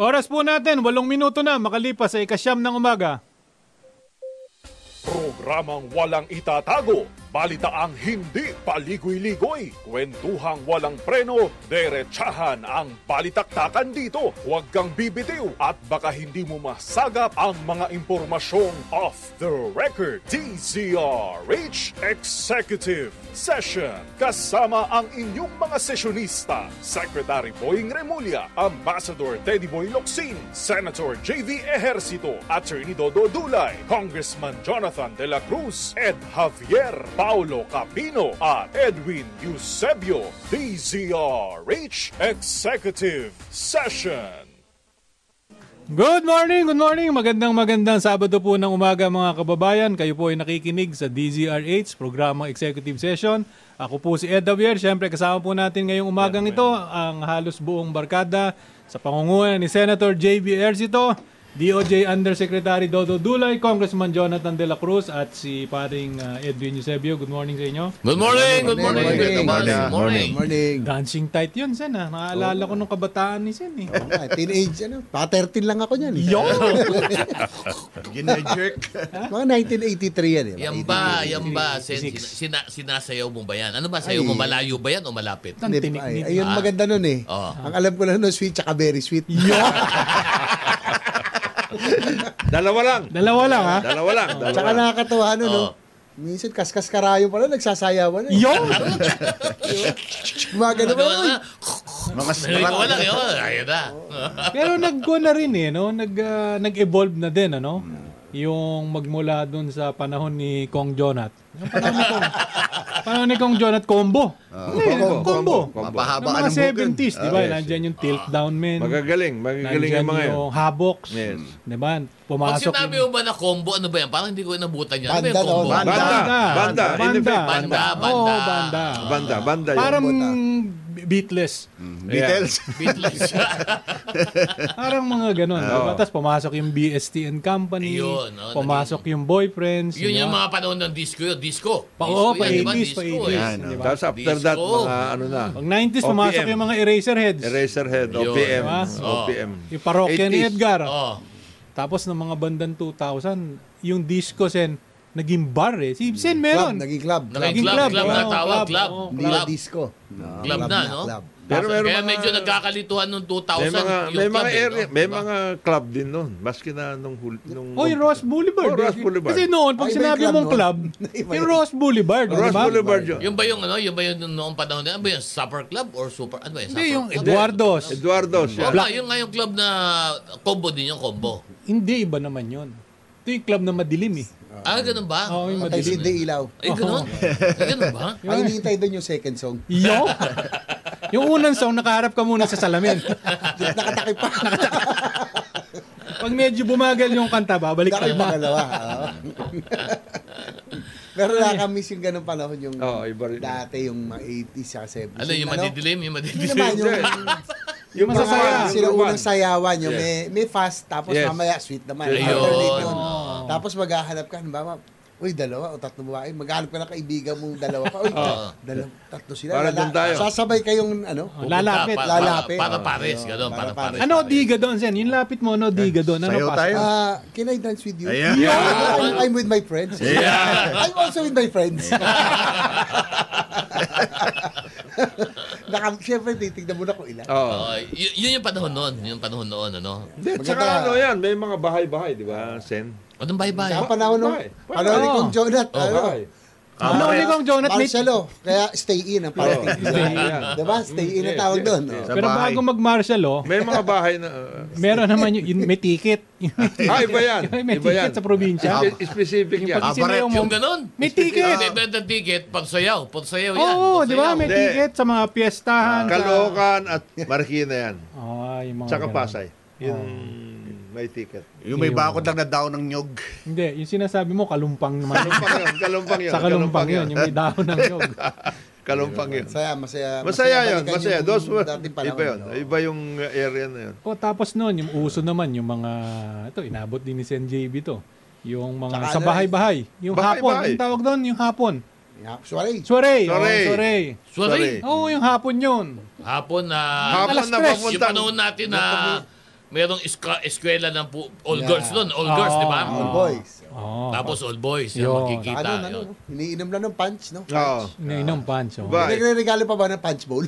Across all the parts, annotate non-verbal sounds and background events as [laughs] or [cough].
Oras po natin, walong minuto na makalipas sa ikasyam ng umaga. Programang walang itatago, balitaang hindi paligoy-ligoy, kwentuhang walang preno, derechahan ang balitaktakan dito. Huwag kang bibitiw at baka hindi mo masagap ang mga impormasyong off the record. DZRH Executive Session kasama ang inyong mga sesyonista, Secretary Boying Remulla, Ambassador Teddy Boy Locsin, Senator JV Ejercito, Attorney Dodo Dulay, Congressman Jonathan de la Cruz, Ed Javier, Paulo Capino, at Edwin Eusebio, DZRH Executive Session. Good morning, good morning. Magandang magandang Sabado po ng umaga mga kababayan. Kayo po ay nakikinig sa DZRH, programang Executive Session. Ako po si Ed Davier. Siyempre kasama po natin ngayong umagang ito ang halos buong barkada sa pangunguna ni Senator J.B. Ercito, DOJ Undersecretary Dodo Dulay, Congressman Jonathan De La Cruz at si paring uh, Edwin Eusebio. Good morning sa inyo. Good morning, good morning, Good good morning, morning. good morning. Morning. Dancing tight yun, Sen. ah. Naaalala ko nung kabataan ni Sen. Eh. Ah, teenage, ano, pa 13 lang ako niyan. eh. Mga 1983 yan. Eh. mga Yan ba, yan ba, Sen, 86. sina, sinasayaw mo ba yan? Ano ba, sayaw mo, malayo ba yan o malapit? Ang 83. Hindi, tinik [laughs] ay, ayun maganda nun eh. Oo. Ang alam ko lang nun, sweet tsaka very sweet. Dalawa lang. Dalawa lang, ha? [laughs] Dalawa lang. Dalawa tsaka lang. nakakatawa ano, no? Oo. Minsan kaskas karayo pala, nagsasayawan. Eh. Yo! Gumagano ba? Nagawa Uy, na. Nagawa lang yun. Ayun na. Pero nagko na rin eh, no? Nag, ah, nag-evolve na din, ano? Yung magmula dun sa panahon ni Kong Jonat. Yung panahon ni [laughs] Kong, panahon ni Kong Jonat combo. Ah, Hindi, combo. Mapahaba Ng mga ka ng 70s, Ah, di ba? Nandyan yung tilt down men. Ah, Magagaling. Magagaling Nandyan ang mga yun. yung haboks. Yes. Di ba? Pag Pumasok sinabi mo ba na combo, ano ba yan? Parang hindi ko inabutan yan. Ano ba Banda yung combo? daw. Banda. Banda. Banda. In effect, Banda. Banda. Oo, banda. Banda. Banda yun. Parang bota. beatless. [laughs] Beatles. Beatles. Parang mga ganun. Diba? Tapos pumasok yung BST and Company. Yun, no, pumasok yung boyfriends. yun di yung ba? mga panahon ng disco yun. Disco. Pa, oo, pa Disco yan, di ba? 80s, Disco pa eh. 80s. di ba? oh. Tapos after that, Disco. mga ano na. Pag 90s, pumasok OPM. yung mga Eraserheads. Eraserhead, Yun. OPM. Diba? Oh. OPM. Yung parokya ni 80s. Edgar. Oo. Tapos ng mga bandang 2000, yung disco sen, naging bar eh. Si Sen club, meron. naging club. Naging club. Club na Oo, tawag. Club. oh, Oo, Hindi na Club. disco. Club na, no? Club. Pero meron Kaya mga- medyo nagkakalituhan nung 2000. May yung mga, may club, mga eh, no? area, may Diba? mga club din noon. Maski na nung... hul- nung Hoy, Ross Boulevard. eh. Oh, Ross Boulevard. Kasi noon, pag Ay, iba yung sinabi club mong noon. club, Iba yung yun. Ross Boulevard. Ross di ba? Boulevard yun. Yung ba yung ano, yung ba yung noong panahon na, ano ba yung supper club or super, ano ba yun? Hindi, supper yung club? Eduardo's. Eduardo's. Oh, yan. Black. yung nga yung club na combo din yung combo. Hindi, iba naman yun. Ito yung club na madilim eh. Ah, ganun ba? Oo, yung Ay, madilim. hindi ilaw. Ay, ganun? Ay, ganun [laughs] ba? Ang hinihintay doon yung second [laughs] song. Yo! yung unang song, nakaharap ka muna sa salamin. Nakatakip pa. Pag medyo bumagal yung kanta, babalik tayo Nakatakip pa na. kalawa. oo. [laughs] Pero nakakamiss yung ganun panahon yung Oo, iba rin. dati yung mga 80s sa 70s. Ano, yung madidilim, yung Hindi madidilim. naman yung Yung mga Masasaya. one, sila yung unang one. sayawan yung Yes. may, may fast tapos Yes. mamaya sweet naman. Ayun. Alternate yun. Oo. Tapos maghahanap ka, halimbawa, uy, dalawa o tatlo babae. Maghahanap ka ng kaibigan mong dalawa pa. Uy, dalawa, tatlo sila. Para dun tayo. Sasabay kayong ano? [laughs] Lalapit. Pa- pa- Lalapit. Para pares, Ayun. ganun, para Para pares. pares. Ano diga doon, Sen? Yung lapit mo, ano diga doon? Ano Sayo pa? tayo. Ah, can I dance with you? Ayan. Yeah. I'm, I'm with my friends. I'm also with my friends. Naka, siyempre, titignan mo na kung ilan. Oo. Oo, y- yun yung panahon noon, yun yung panahon noon, ano? Hindi, Maganda. tsaka ano yan, may mga bahay-bahay, di ba, Sen? Anong bye-bye? Sa panahon nung, Bye. Bye. ano ni Kong Jonat, ano, Bahay. Ano ni Kong Jonat Mate? Marcelo, kaya stay in ang party. Yan. diba? Stay in ang Yes, tawag yes, doon. yes. no? Sa Pero bahay. bago mag-martial law, May mga bahay na... uh, meron naman yung, yung may ticket. ah, iba yan. Yung may iba yan. ticket sa probinsya. Spe- specific yan. Pag Ah, sinayaw mo, Yung ganun? may ticket. May the ticket, pagsayaw, pagsayaw yan. Oo, di ba? pagsayaw. May Hindi. ticket sa mga piyestahan. sa- Caloocan at Marikina yan. Oo, yung mga Ah. Tsaka ganun. Pasay. Yung may ticket. Yung may bakod lang na daw ng nyog. Hindi, yung sinasabi mo, kalumpang naman. Kalumpang yun. Kalumpang yun. sa kalumpang yun, yung may dahon ng yog. Kalumpang yun. Masaya, masaya. Masaya yun. balikan Masaya. yung Those were, dating panahon, iba yun. no? Iba yung area na yun. O tapos noon, yung uso naman, yung mga, ito, inabot din ni Sen JB to. Yung mga Tsaka sa ano, bahay-bahay. Yung bahay-bahay. hapon, yung tawag doon, yung hapon. Yeah, Soiree. Soiree. oo, Soiree. soiree. Sorry. Sorry. Oo, yung hapon yun. Hapon na... Hapon Alas na tres, Yung papunta. panahon natin na merong iska, eskwela ng pu- all Yeah. girls doon. All Ah, girls, di ba? ah. All boys. Oo. Tapos all boys. Yun. Yung makikita. Ano, yun. ano, iniinom lang ng punch, no? Oo. Iniinom punch. oo. Ba- Right. Nagre-regalo pa ba ng punch bowl?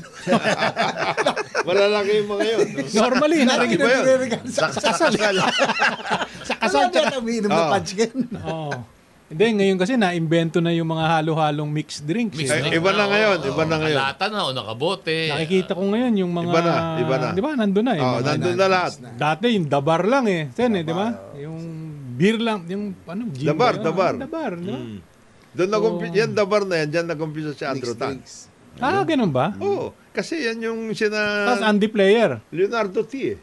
Malalaki yung mga yun. no? [laughs] Normally, Lagi narinig ba na yun? nagre-regalo sa kasal. sa Kasal kasal. tsaka- na kami, inom ng Oo. punch ngayon. Oo. Hindi, ngayon kasi na-invento na yung mga halo-halong mixed drinks. eh. Mix Ay, drink iba na ngayon, oo. iba na ngayon. Lata na, o nakabote. Nakikita ko ngayon yung mga... Iba na, iba na. Di ba, nandun na eh. Oo, Mga- Oh, nandun na lahat. Dati yung dabar lang eh. Sen eh, di ba? Yung beer lang. Yung ano, gin ba Dabar, yun? dabar. Dabar, di ba? Doon nag-umpisa, yan dabar na yan, dyan nag-umpisa si Andrew Mixed Tan. drinks. Ah, ganun ba? Oo, kasi yan yung Tapos sina Andy Player. Leonardo T. eh.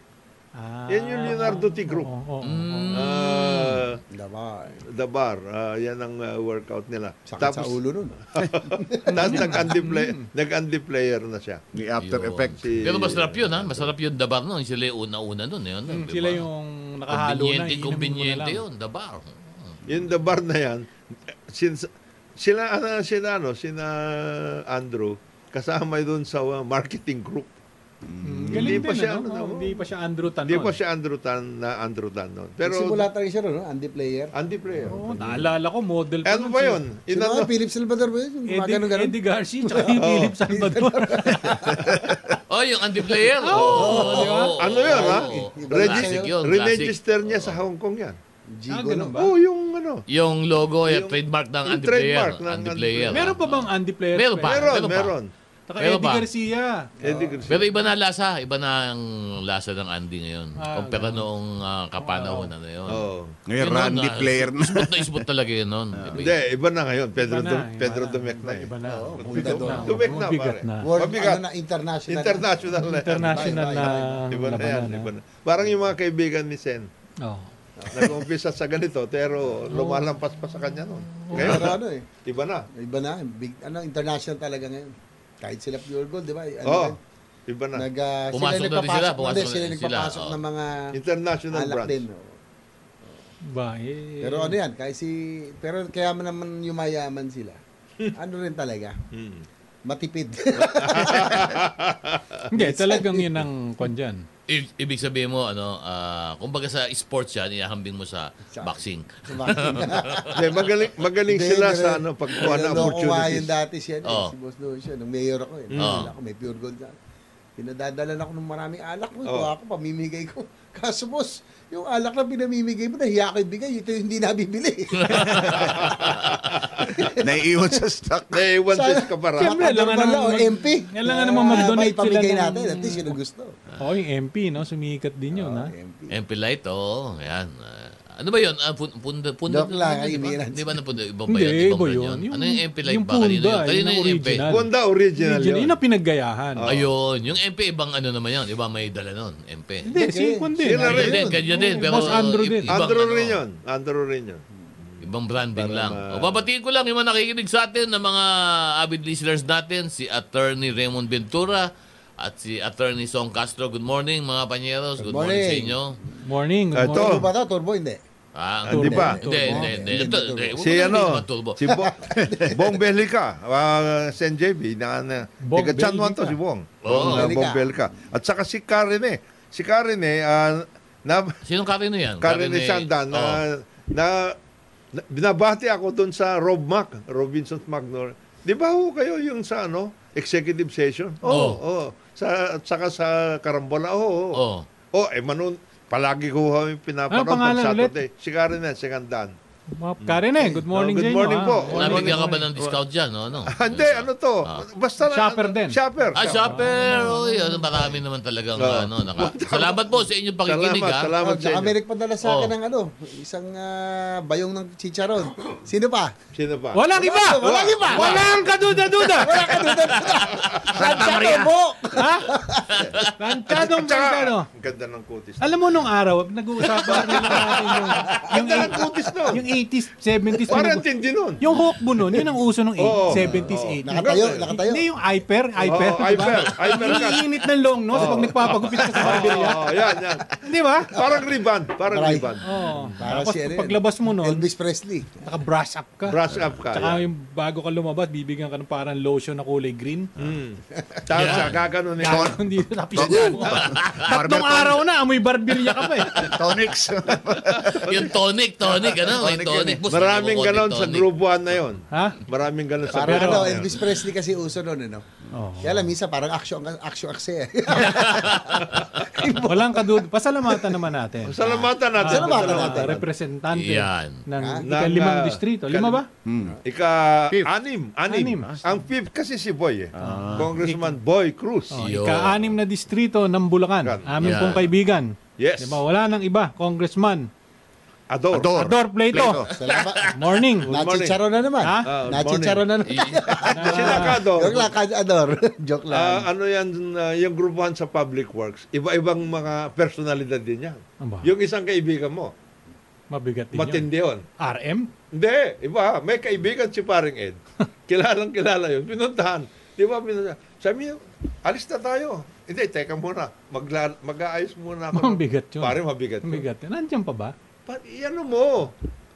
Ah, Hmm. Yan yung Leonardo T group. oo, oo. Mm. Ah, Dabar. dabar, ah, yan ang ah, workout nila. Sakit Tapos, sa ulo nun. ah. tapos nag-anti player, nag-anti player na siya. May after Yun. effect. Si- Pero masarap yun, ha? Masarap yun, the bar nun. Sila yung una-una nun. Yun, Hmm, di ba? Sila yung nakahalo na. Diba? Conveniente, iinumin mo na conveniente lang. yun, the bar. Yung the bar na yan, since, sila, ano, sila, ano, sina Andrew, kasama doon sa uh, marketing group. Hmm, Galing Hindi pa din, siya, ano? ano, Oo, ano. Hindi pa siya Andrew Tanon. Hindi pa si Andrew Tan na Andrew Tan noon. Pero, Pero, Simula tayo siya nun, no? Andy Player. anti player. Oo, naalala ko, model pa. Ano ba si- yun? Sino Inano, nga, Philip Salvador ba yun? Yung Eddie, gumagano ganun. Eddie Garcia, [laughs] tsaka yung Philip Salvador. Oh, yung anti-player. Oo, oh, di ba? ano yun, ha? Iba Regis- Classic yun, Reregister niya sa Hong Kong yan. Ah, Gigo, ganun no? ba? Oh, yung ano. Yung logo, yung trademark ng yung anti-player. trademark ng Anti-player. ah. Meron pa bang Andy Player? Meron pa. Meron, Meron pa. meron. Taka Meron Eddie pa. Garcia. Eddie Garcia. Pero iba na lasa, iba na ang lasa ng Andy ngayon. Ah, Kumpara noong ah, kapanahon na yun. Oo. Ngayon, Yun noon, Randy ah, player [laughs] na. Smooth na smooth talaga yun noon. Iba Hindi, yun. iba na ngayon. Pedro, Iba Dum- iba Pedro Domecq iba na. eh. Iba na. Oo, Pedro Dumek na. Domecq na, Mabigat pare. na. World, Mabigat. ano na, international. International na. yan. International Iba, na iba, Iba na yan. labanan, eh. Iba na. Parang yung mga kaibigan ni Sen. Oo. Nag-umpisa sa ganito, pero lumalampas pa sa kanya noon. Pero Ngayon, ano eh, iba na. iba na. Big, ano, international talaga ngayon. Kahit sila pure gold, di ba? Ano Oo, yun? iba na. Nag, ah, Pumasok na rin nagpapasok sila, ng- pumasok sila na rin nagpapasok sila, ng mga International alak din. branch. oh. Ba, eh. Pero ano yan, kahit si, pero kaya man naman yumayaman sila. ano rin talaga, Hmm. [laughs] matipid. Hindi, talagang yun ang kwan dyan. I- ibig sabihin mo, ano, ah, kumbaga sa sports yan, ihahambing mo sa Sa- boxing. [laughs] Hindi, magaling, magaling Hindi, sila pero- sa ano, pagkuha Naloko nga ng yun [laughs] opportunities. Oh. dati siya, eh, Oo. si Boss Louie siya, nung mayor ako. Eh, Naalala Oo. ko, may pure gold na. Pinadadalan ako ng maraming alak. Uy, Oo. kuha ako, pamimigay ko. [laughs] Kaso boss, yung alak na pinamimigay mo, nahiya ko ibigay. Ito yung hindi [laughs] nabibili. Naiiwan sa stock. Naiwan sa Sana- iskaparan. Siyempre, alam nga Gobernador naman o mag- MP. Kailangan naman mag-donate sila. Pamigay sila ng- natin, at least yun ang gusto. Oo, yung MP, no? Sumikat din yun, Oo, Ah, ha? MP. MP Light, oo. yan. Ah, ano ba yun? Ah, pun, punda, punda, Joke lang, ay, di ba? imiran. Di ba na punda? Iba ba Hindi, yun? Ibang iba brand yun. Ano yung MP Light yung ba? Kanino punda, yun? Kanino yun ang yung MP? original. Honda original Yun, yun yun. ang pinaggayahan. Ayun, yung MP ibang ano naman yan, iba may dala nun, MP. Hindi, si Kwan din. Sila Ganyan rin. din, ganyan din. Pero Mas Andrew i- din. ibang Andrew ano, rin yun. Andrew rin yun. Ibang branding Para lang. ma- O babatiin ko lang yung mga nakikinig sa atin ng mga avid listeners natin, si Attorney Raymond Ventura at si Attorney Song Castro. Good morning mga panyeros. Good, Good morning. sa morning. inyo. Morning, good Ito. morning. Turbo ba ito? Turbo, hindi. Ah, Ah, di ba? Hindi, hindi, hindi. Hindi, Ito, turbo. hindi. Huwag Si mo nang ano, bilis matulbo. si Bong, [laughs] Bong Belica, uh, Sen JB, na, ano. na, Bong taga Chanwan to Belica. si Bong. Oo. Bong, uh, Bong Belica. At saka si Karen eh. Si Karen eh, ah, na, Sinong Karine yan? Karen eh, Sanda, na, oo. na, na, binabati ako doon sa Rob Mac, Robinson Magnor. Di ba ho kayo yung sa ano, executive session? Oo. Oo. oo. Sa, at saka sa Karambola, oo. oo. Oo. Oh, eh, manon, palagi ko kami pinapanood Ano pangalan pag ulit? Saturday. Si Karen na, si Kandan. Karen eh, good morning Oh, sa good inyo, morning ha? po. Good Morning, Nabigyan ka ba morning. ng discount dyan? No? Ano? Hindi, ano to? Ah. Basta na. Shopper din. Shopper. Ah, shopper. Oy, ano, marami naman talagang Oo. ano. Naka. Salamat po sa inyong pakikinig. Ah. Salamat, ah. salamat sa Saka inyo. may nagpadala sa akin Oh. ng ano, isang ah, bayong ng chicharon. Sino pa? Sino pa? Walang iba! Walang iba! Walang kaduda-duda! Wala ka doon. Santa Maria. ha? Lanchadong Tsaka, Pantano. ang Ganda ng kutis. Alam mo nung araw, nag-uusapan rin natin yung, Ang Ganda ng kutis no. yung, yung 80s, 70s. Parang ano ba- tindi nun. Yung hawkbo nun, yun ang uso ng 80s, Oo. 70s, Oo. 80s. Nakatayo, nakatayo. Hindi yung hyper, hyper. Oo, hyper, hyper [laughs] ka. Iniinit ng long nose pag nagpapagupit ka sa barberya. Oo, yan, yan. Di [laughs] ba? Parang riband, parang Maray. riband. Oo. Para Tapos si ano yun, paglabas mo nun, Elvis Presley. naka-brush up ka. Brush up ka. Tsaka yan. yung bago ka lumabas, bibigyan ka ng parang lotion na kulay green. Mm. Tapos Yeah. yeah. gaganon eh. Kaya [laughs] hindi na napisya mo. Tatlong araw na, amoy barberya ka pa eh. [laughs] Tonics. Yung tonic, tonic, ano? May Tonic yun tonic. eh. boss. Maraming May ganon sa tonic. group 1 na yon. Ha? Maraming ganon sa Parang group Pero- ano, one. Elvis Presley kasi uso nun, ano? Oo. Kaya alam, minsan parang action, action akse. [laughs] eh. Walang kadud. Pasalamatan naman natin. Salamatan natin. Salamatan Ah, natin. Representante Yan. ng Ah, ikalimang ng, ah, distrito. Lima ba? Ika-anim. Anim. Anim. Ang fifth kasi si Boy eh. Congressman Boy Cruz. Ah. Oh, Yun. ika-anim na distrito ng Bulacan. Yan. Amin Yan. pong kaibigan. Yes. Di ba? Wala nang iba. Congressman. Ador. Ador. Ador Plato. Salamat. Morning. Nachicharo na naman. Ha? Ah, Nachicharo na naman. Sila ka Ador. Joke lang, Kaj Ador. [laughs] Joke Ah, lang. ano yan, ah, yung grupuhan sa public works, iba-ibang mga personalidad din yan. Ano ba? Yung isang kaibigan mo, Mabigat din yun. matindi yun. RM? Hindi, iba. May kaibigan si paring [laughs] Ed. Kilalang kilala yun. Pinuntahan. Di ba? Pinuntahan. Sabi niya, alis na tayo. Hindi, teka muna. Magla- mag-aayos muna ako. [laughs] Mabigat yun. Pare, mabigat. Mabigat yun. Nandiyan pa ba? Pa- ano mo?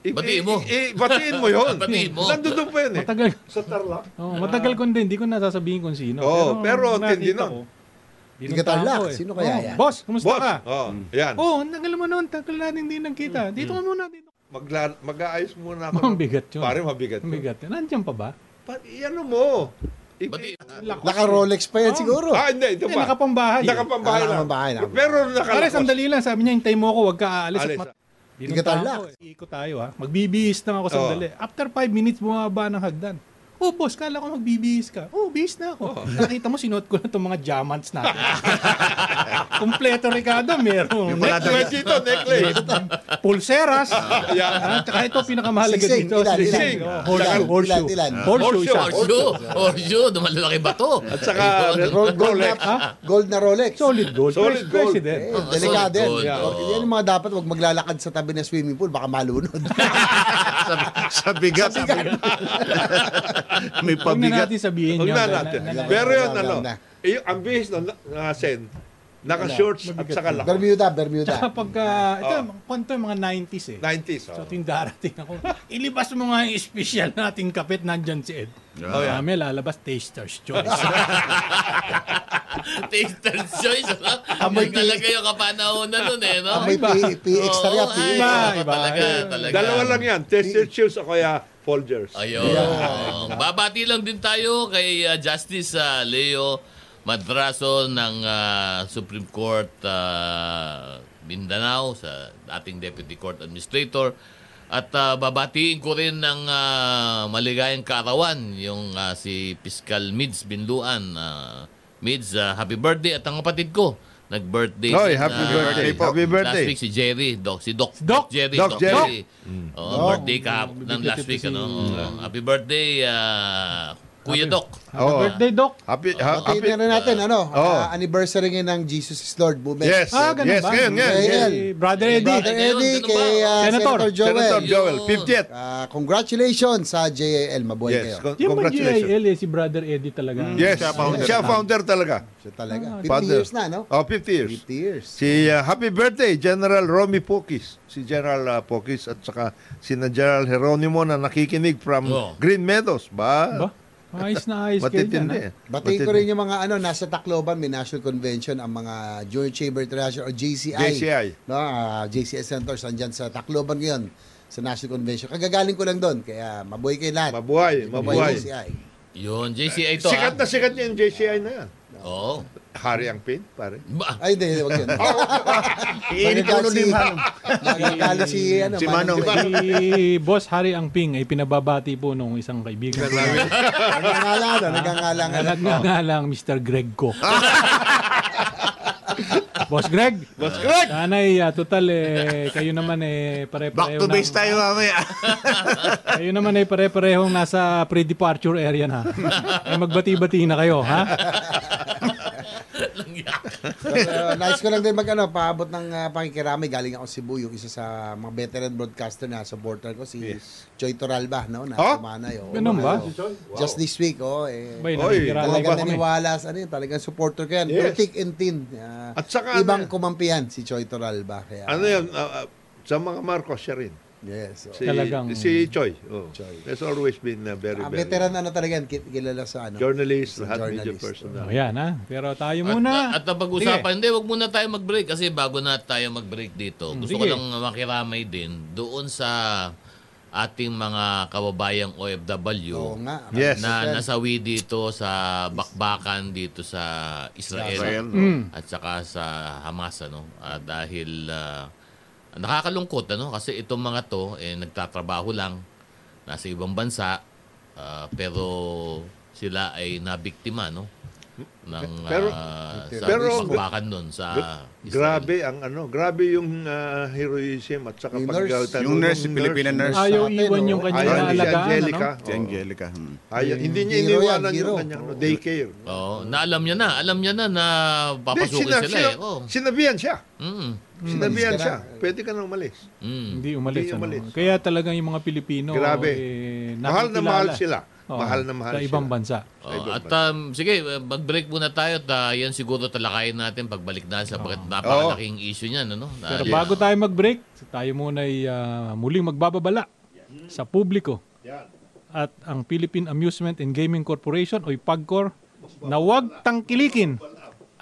I- Batiin mo. I- i- batiin mo yun. [laughs] Batiin mo. Nandun pa yun eh. Matagal. Sa Tarlac. Oh, matagal ko din, hindi ko nasasabihin kung sino. Oo, pero nakita tindi nun. ko, Hindi ka dinuntahan tarlak. ko eh. Sino kaya Oo, yan? Boss, kumusta Boss. ka? Oh, yan. Oo, oh, ang tagal mo nun, tagal natin hindi nagkita. Dito ka muna, dito. Magla- mag-aayos muna Mm-hmm. ako. Mabigat yun. Pare, mabigat. yun. Mabigat yun. Nandiyan pa ba? Pa- ano mo? I- Batiin. Naka-Rolex pa yan siguro. ah, hindi. Ito Hindi, pa. nakapambahay. Nakapambahay Ah, lang. nakapambahay, nakapambahay. Pero Pare, nakalakas. sandali lang. Sabi niya, hintay mo ako, huwag ka aalis. Alis. At mat- Hindi Dinuntahan ko ka tarlak. eh. Ikot tayo ha. Magbibihis lang ako sandali. After five minutes, bumaba ng hagdan. Oh, boss, kala ko magbibihis ka. Oh, bihis na ako. Nakita mo, sinuot ko na itong mga diamonds natin. Kompleto, Ricardo, meron. Wala daw Necklace ito, necklace. [laughs] Pulseras. Ah, Yeah. tsaka ito, pinakamahalaga Sisig, dito. ilan, Sisig. ilan? Oh, Ilan, Horseshoe. Horsese. ilan, ilan? Horseshoe. isa. Horseshoe. Orsyo, orsyo, lumalaki ba to? At saka, Gold, gold, Rolex. na, gold na Rolex. Solid gold. Solid Solid gold. President. Eh, Oh, delikado solid yan. gold, Yeah. oo. Yan yung mga dapat huwag maglalakad sa tabi ng swimming pool, baka malunod. sa, sa bigat. May Huwag na pabigat. natin sabihin yun. Huwag na natin. Na- na- na- Pero yun, na- ano, na- eh, ang bihis na nakasen, naka-shorts at saka lak. Bermuda, Bermuda. Kapag, ah, ito, kwento yung mga 90s eh. 90s. So, Oh. ting darating ako. Ilibas mo nga yung special nating kapit, nandyan si Ed. Oh, Oh, Kami lalabas Taster's [laughs] Choice. Taster's choice. ano? Yun talaga yung kapanahonan nun eh, no? Amoy Ah, P- PX na Oo, yan, ay, PX. Iba, iba. Talaga, talaga. Dalawa lang yan, tested shoes o kaya Folgers. Ayun. Babati lang din tayo kay uh, Justice uh, Leo Madraso ng uh, Supreme Court uh, Mindanao sa ating Deputy Court Administrator. At uh, babatiin ko rin ng uh, maligayang karawan yung uh, si Piskal Mids Binduan. Uh, Mids, uh, happy birthday at ang kapatid ko. Nag-birthday. Hoy, din, happy uh, birthday po. Happy birthday. Last week si Jerry, Doc, si Doc, Doc? Jerry, Doc Mm. Jerry. Oo, birthday ka ng last week. Ano? Oo. Happy birthday, ah, Kuya Doc. Happy Oo. birthday, Doc. Happy, Okay, na rin natin, ano, Oh. ah, anniversary ngayon ng Jesus is Lord movement. Ah, ganun ba? ngayon, Kay ngayon. Brother Eddie. Brother Ay, Eddie, ganun, ganun kay ba? ah, Senator. Senator, Joel. Joel, 50th. Ah, congratulations sa JAL, mabuhay kayo. con- Yung mga GIL eh, si Brother Eddie talaga. Yes, Siya founder. siya founder talaga. Siya talaga. Ah, 50 Father. years na, no? Oh, 50 years. 50 years. Si uh, Happy Birthday General Romy Pokis, si General uh, Pokis at saka si na General Jeronimo na nakikinig from Oo. Green Meadows Ba? ba? Ayos na ayos kayo dyan. Matitindi. eh. ah. Batiin ko Matitindi. rin yung mga ano, nasa Tacloban, may National Convention, ang mga Joint Chamber International or JCI. JCI. No, ah, JCI Centers, andyan sa Tacloban ngayon, sa National Convention. Kagagaling ko lang doon, kaya mabuhay kayo lahat. Mabuhay, mabuhay. JCI. Yun, JCI ito. Sikat na sikat niya yung JCI na yan. ah. Oo. Hari ang pin, pare. Ba- Ay, hindi, hindi, wag [laughs] yun. Iinit Mananalo ulo ni si- Manong. Mananalo si, ano, Si Manong. Manong. Si Boss Harry Angping ay pinababati po nung isang kaibigan. Nagkangala, ano, nagkangala nga. [laughs] Oh. Nagnangalang Mr. Greg ko. Ah. Boss Greg, Boss Greg! sana'y ah, total eh, kayo naman eh Back pare-pareho to base ng- tayo [laughs] mamaya. Kayo naman ay pare-parehong nasa pre-departure area na. ay magbati-bati na kayo, ha? yak. uh, nice ko lang din mag ano, paabot ng uh, pakikiramay. Galing ako Cebu, yung isa sa mga veteran broadcaster na supporter ko, si Yes. Joy Toralba, no? Na Huh? tumanay. Oh, Ganun ba? Ano, Just this week, oh. Eh, Bay, nakikiralay Oy, ba talagang kami? naniwala sa ano yun, talagang supporter ko yan. Yes. Pero thick and thin. Ah, At saka ano ibang yan? kumampihan si Joy Toralba. Kaya, Ano yan, ah, ah, sa mga Marcos siya rin. Yes. oh. Si, Talagang- si Choi. Oh. Choi. Has always been uh, very, Ah, very... veteran ano talaga yan, ki- kilala sa ano. Journalist, lahat media Journalist, personal. Ayan ha. Pero tayo At, muna. at, napag-usapan, hindi, wag muna tayo mag-break kasi bago na tayo mag-break dito, gusto sige. ko lang makiramay din doon sa ating mga kababayang OFW Oo nga. Yes. na nasawi dito sa bakbakan dito sa Israel, Israel, no? at saka sa Hamas ano Ah, dahil ah, nakakalungkot ano kasi itong mga to eh, nagtatrabaho lang nasa ibang bansa ah, pero sila ay nabiktima no ng Pero- ah, sa pero- bakbakan nun sa Israel. Grabe ang ano, grabe yung ah, heroism at saka Yung paggawitan. Yung nurse, si Filipina nurse. Ayaw natin, iwan oh. yung kanyang Ayaw ni si alagaan. Angelica. Ano? Si Oo. Angelica. hmm. Ayaw, hindi niya Hero yan, iniwanan hero. yung kanyang ano, daycare. Oo, na alam niya na, alam niya na na Hindi, papasukin sina- sila eh. sina- Oo. Sinabihan siya. Mm. Hmm. Sinabihan Umalis ka siya. na. Pwede ka nang umalis. Mm. Hindi umalis. Hindi ano. umalis. Kaya talagang yung mga Pilipino Grabe. eh, Mahal na nakikilala. mahal sila. Oo, mahal na mahal Sa ibang sila. bansa. Oh, at um, sige, mag-break muna tayo at ah, yan siguro talakayin natin pagbalik na sa bakit napakalaking issue niyan ano. Pero Ah, Dahil, bago tayo mag-break, tayo muna ay ah, muling magbababala sa publiko. At ang Philippine Amusement and Gaming Corporation o PAGCOR na huwag tangkilikin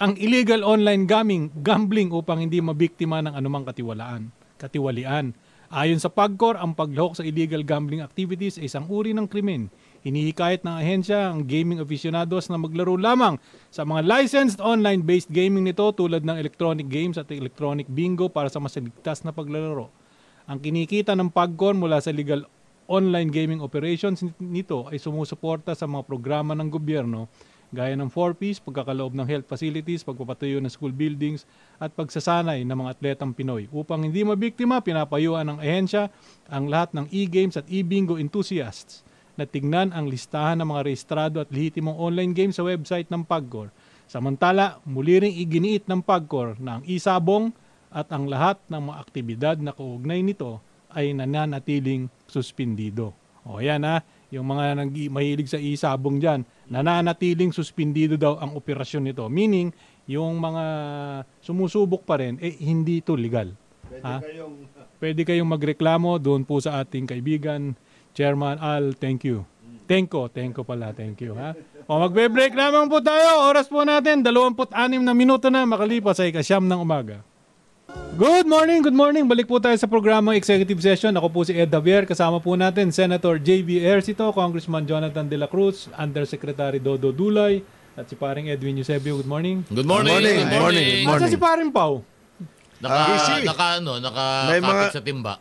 ang illegal online gaming, gambling upang hindi mabiktima ng anumang katiwalaan, katiwalian. Ayon sa PAGCOR, ang paglahok sa illegal gambling activities ay isang uri ng krimen. Hinihikayat ng ahensya ang gaming aficionados na maglaro lamang sa mga licensed online-based gaming nito tulad ng electronic games at electronic bingo para sa mas ligtas na paglalaro. Ang kinikita ng PAGCON mula sa legal online gaming operations nito ay sumusuporta sa mga programa ng gobyerno gaya ng 4Ps, pagkakaloob ng health facilities, pagpapatayo ng school buildings, at pagsasanay ng mga atletang Pinoy. Upang hindi mabiktima, pinapayuan ng ahensya ang lahat ng e-games at e-bingo enthusiasts na tignan ang listahan ng mga rehistrado at lehitimong online games sa website ng PAGCOR. Samantala, muli ring iginiit ng PAGCOR na ang isabong at ang lahat ng mga aktibidad na kaugnay nito ay nananatiling suspindido. O yan ha, yung mga nag mahilig sa isabong dyan, nananatiling suspindido daw ang operasyon nito. Meaning, yung mga sumusubok pa rin, eh hindi ito legal. Pwede, kayong... Pwede kayong magreklamo doon po sa ating kaibigan, Chairman Al, thank you. Tenko, tenko pala, thank you ha. O magbe-break lamang po tayo, oras po natin, 26 na minuto na makalipas sa ikasyam ng umaga. Good morning, good morning. Balik po tayo sa programang Executive Session. Ako po si Ed Javier. Kasama po natin Senator J.B. Ercito, Congressman Jonathan De La Cruz, Undersecretary Dodo Dulay, at si paring Edwin Eusebio. Good morning. Good morning. Morning, Good morning. morning, Asa si paring Pau? Naka, busy. naka ano, naka Ah, May mga- kapit sa [laughs] timba.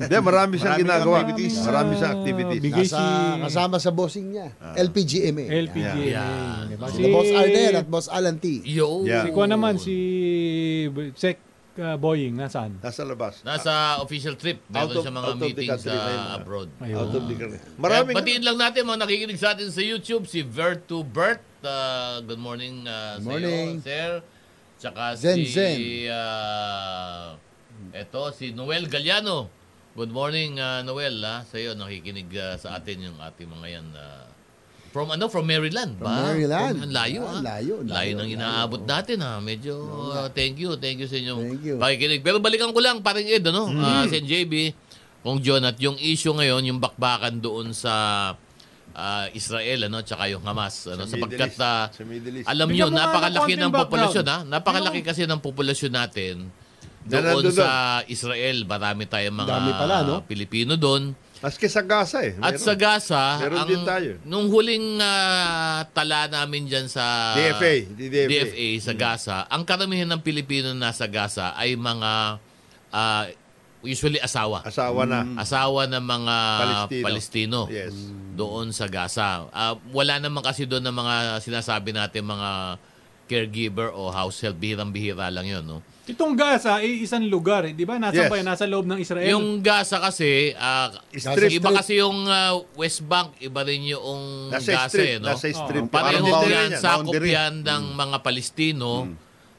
Hindi, marami siyang Marami ginagawa. kang activities. Marami siyang activities. Big- Nasa, si- kasama sa bossing niya. LPGMA. LPGA. Yan. Yan. Si- Sila Diba? Boss Arden at Boss Alan T. Yo. Yeah. Si Kuya naman, si Sec uh, Boying, nasaan? Nasa labas. Nasa official trip, Out meron of- siya out mga of the meetings country na yun, sa ah. abroad. Out of the country. Maraming... Maraming... batiin lang natin mga nakikinig sa atin sa YouTube, si Vertu Bert. ah, good morning, ah, Good sa morning. iyo, sir. Tsaka Zen, si... Zen. ah, eto, si Noel Galliano. Good morning, ah, Noel. ah, sa iyo, nakikinig ah, sa atin yung ating mga yan. ah, from ano? From Maryland. From ba? Maryland. From- ang layo, Ah, ah. layo, layo, Layo ng layo. inaabot natin, ah. Medyo, ah, thank you. Thank you sa inyong Thank you. pakikinig. Pero balikan ko lang, parang Ed, ano? Mm-hmm. ah, Sen JB, kung John, at yung issue ngayon, yung bakbakan doon sa ah, Israel, ano? Tsaka yung Hamas, ano? Sa Middle sapagkat, East. ah, Sa Middle East. alam Bigyan mo nyo, nga ng napakalaki konting ng background. populasyon, ha? Napakalaki kasi ng populasyon natin Ano? Na doon nandun sa Israel. Marami tayong mga Dami pala, no? Pilipino doon. Maski sa Gaza eh. At Meron. sa Gaza, Meron ang, din tayo. nung huling ah, tala namin dyan sa DFA, di DFA. DFA sa Gaza, ang karamihan ng Pilipino na nasa Gaza ay mga ah, usually asawa. Asawa na. Mm. Asawa ng mga mm. Palestino. Palestino, Yes. doon sa Gaza. Ah, wala naman kasi doon ng mga sinasabi natin mga caregiver o house help. Bihirang-bihira lang yun. No? Itong Gaza ay isang lugar, eh, di ba? Nasa Yes. ba? yan? Nasa loob ng Israel. Yung Gaza kasi, ah, Strip, iba strip. kasi yung ah, West Bank, iba rin yung Nasa Gaza eh, strip. no? Nasa Pareho strip. Parang yan, boundary sakop boundary. Mm. yan ng mga Palestino.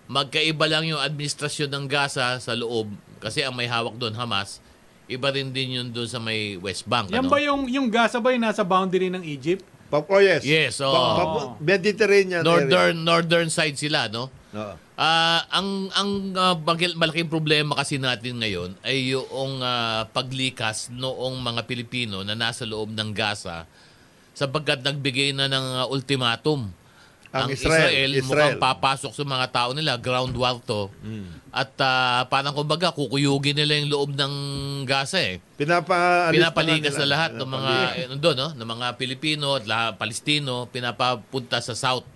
Magkaiba lang yung administrasyon ng Gaza sa loob kasi ang may hawak doon Hamas. Iba rin din yun doon sa may West Bank. Yan ano? ba yung, yung Gaza ba yung nasa boundary ng Egypt? Pa- oh, yes. Yes, oo. Pa- pa- Mediterranean area. Northern northern side sila, no? Oo. Ah, ang ang ah, bagil- malaking problema kasi natin ngayon ay yung ah, paglikas noong mga Pilipino na nasa loob ng Gaza sapagkat nagbigay na ng ah, ultimatum Ang Israel, Israel. Mm. mukhang papasok sa mga tao nila, ground war to. At ah, parang kumbaga kukuyugin nila yung loob ng Gaza eh. Pinapa ano, Pinapalikas na lahat ng mga eh, doon, no? ng mga Pilipino at lahat, Palestino, pinapapunta sa south.